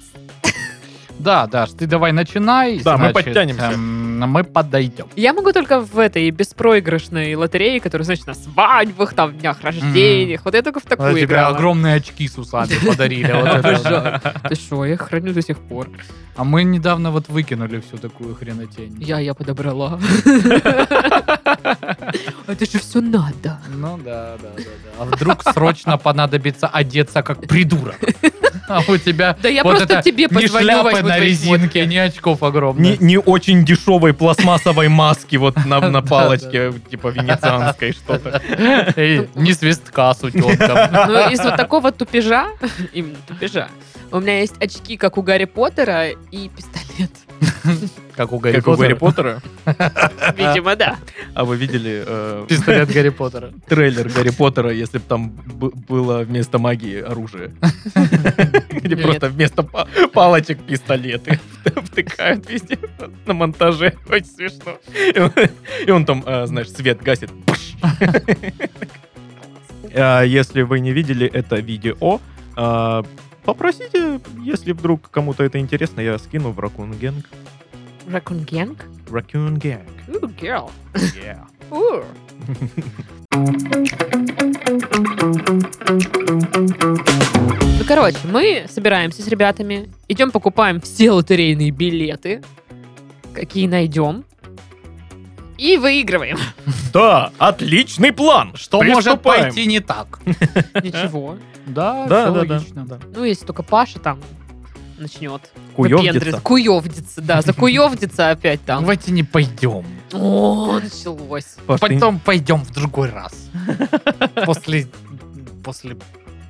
S2: Да, Даш, ты давай начинай.
S3: Да, мы
S2: значит,
S3: подтянемся.
S2: эм, Мы подойдем.
S1: Я могу только в этой беспроигрышной лотерее, которая, значит, на свадьбах, там, днях рождениях. Вот я только в
S2: Вот
S1: такую
S2: Тебе
S1: играла.
S2: Эм, огромные очки с усами подарили. вот это вот.
S1: Обожаю. Ты что, я их храню до сих пор.
S2: А мы недавно вот выкинули всю такую хренотень.
S1: Я, я подобрала. Это же все надо.
S2: Ну да, да, да, да. А вдруг срочно понадобится одеться как придурок. А у тебя
S1: Да я
S2: вот
S1: просто
S2: это
S1: тебе
S2: ни
S1: позвоню,
S2: шляпы
S1: возьму
S2: на
S1: твои
S2: резинке, ни очков
S3: Не,
S2: огромных.
S3: не очень дешевой пластмассовой маски вот на, на
S2: Да,
S3: палочке, типа венецианской что-то.
S2: Эй, Ни свистка с утенком.
S1: Ну, из вот такого тупежа, именно тупежа, у меня есть очки, как у Гарри Поттера, и пистолет.
S2: Как у Гарри
S3: Как у Гарри
S2: Поттера.
S3: Поттера.
S1: Видимо, да.
S3: А вы видели э,
S2: Пистолет Гарри Поттера.
S3: трейлер Гарри Поттера, если бы там б- было вместо магии оружие? Где
S1: Нет.
S3: просто вместо па- палочек пистолеты втыкают везде на монтаже. Очень смешно. И он- И он там, э, знаешь, свет гасит. Пш! А Если вы не видели это видео, а, попросите, если вдруг кому-то это интересно, я скину в Raccoon Gang.
S1: Ракун Генг?
S3: Raccoon Gang.
S1: Ooh, girl.
S3: Yeah.
S1: Ooh. Ну, короче, мы собираемся с ребятами, идем покупаем все лотерейные билеты, какие найдем, и выигрываем.
S3: Да, отличный план.
S2: Что может
S3: Приступаем.
S2: пойти не так?
S1: Ничего.
S2: Да,
S3: Да,
S2: всё
S3: да, да,
S2: логично.
S3: да.
S1: Ну, если только Паша там начнет
S3: Куёвдиться.
S1: выпендриваться. Куёвдиться, да, закуевдится опять там.
S2: Давайте не пойдем.
S1: О, началось.
S3: Паш, ты-
S2: Потом пойдем в другой раз. После... После...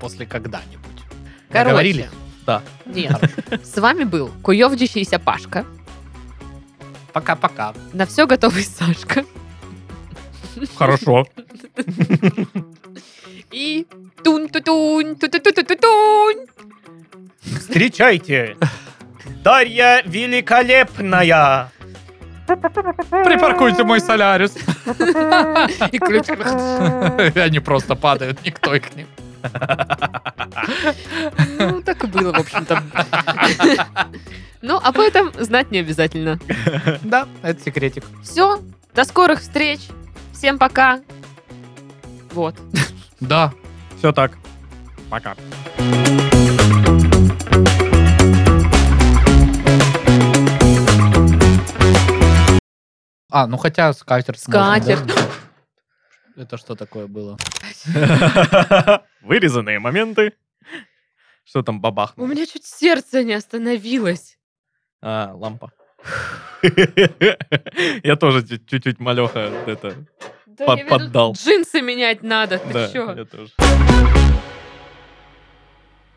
S2: После когда-нибудь.
S1: Короче.
S2: Договорились?
S3: Да.
S1: Нет. С вами был куёвдящийся Пашка.
S2: Пока-пока.
S1: На все готовый Сашка.
S3: Хорошо.
S1: И тун-ту-тун, ту-ту-ту-ту-тун.
S3: Встречайте! Дарья Великолепная!
S2: Припаркуйте мой солярис.
S1: И ключ.
S2: Они просто падают, никто их не...
S1: Ну, так и было, в общем-то. Ну, об этом знать не обязательно.
S2: Да, это секретик.
S1: Все, до скорых встреч. Всем пока. Вот.
S2: Да.
S3: Все так. Пока.
S2: А, ну хотя скатерть. можно,
S1: Скатерть.
S2: да? Это что такое было?
S3: Вырезанные моменты. Что там
S1: У
S3: бабахнуло?
S1: меня чуть сердце не остановилось.
S3: А, лампа. Я тоже чуть- чуть-чуть малеха это.
S1: Да
S3: Под-
S1: я веду,
S3: поддал.
S1: Джинсы менять надо. Ты
S3: Да,
S1: чё?
S3: я тоже.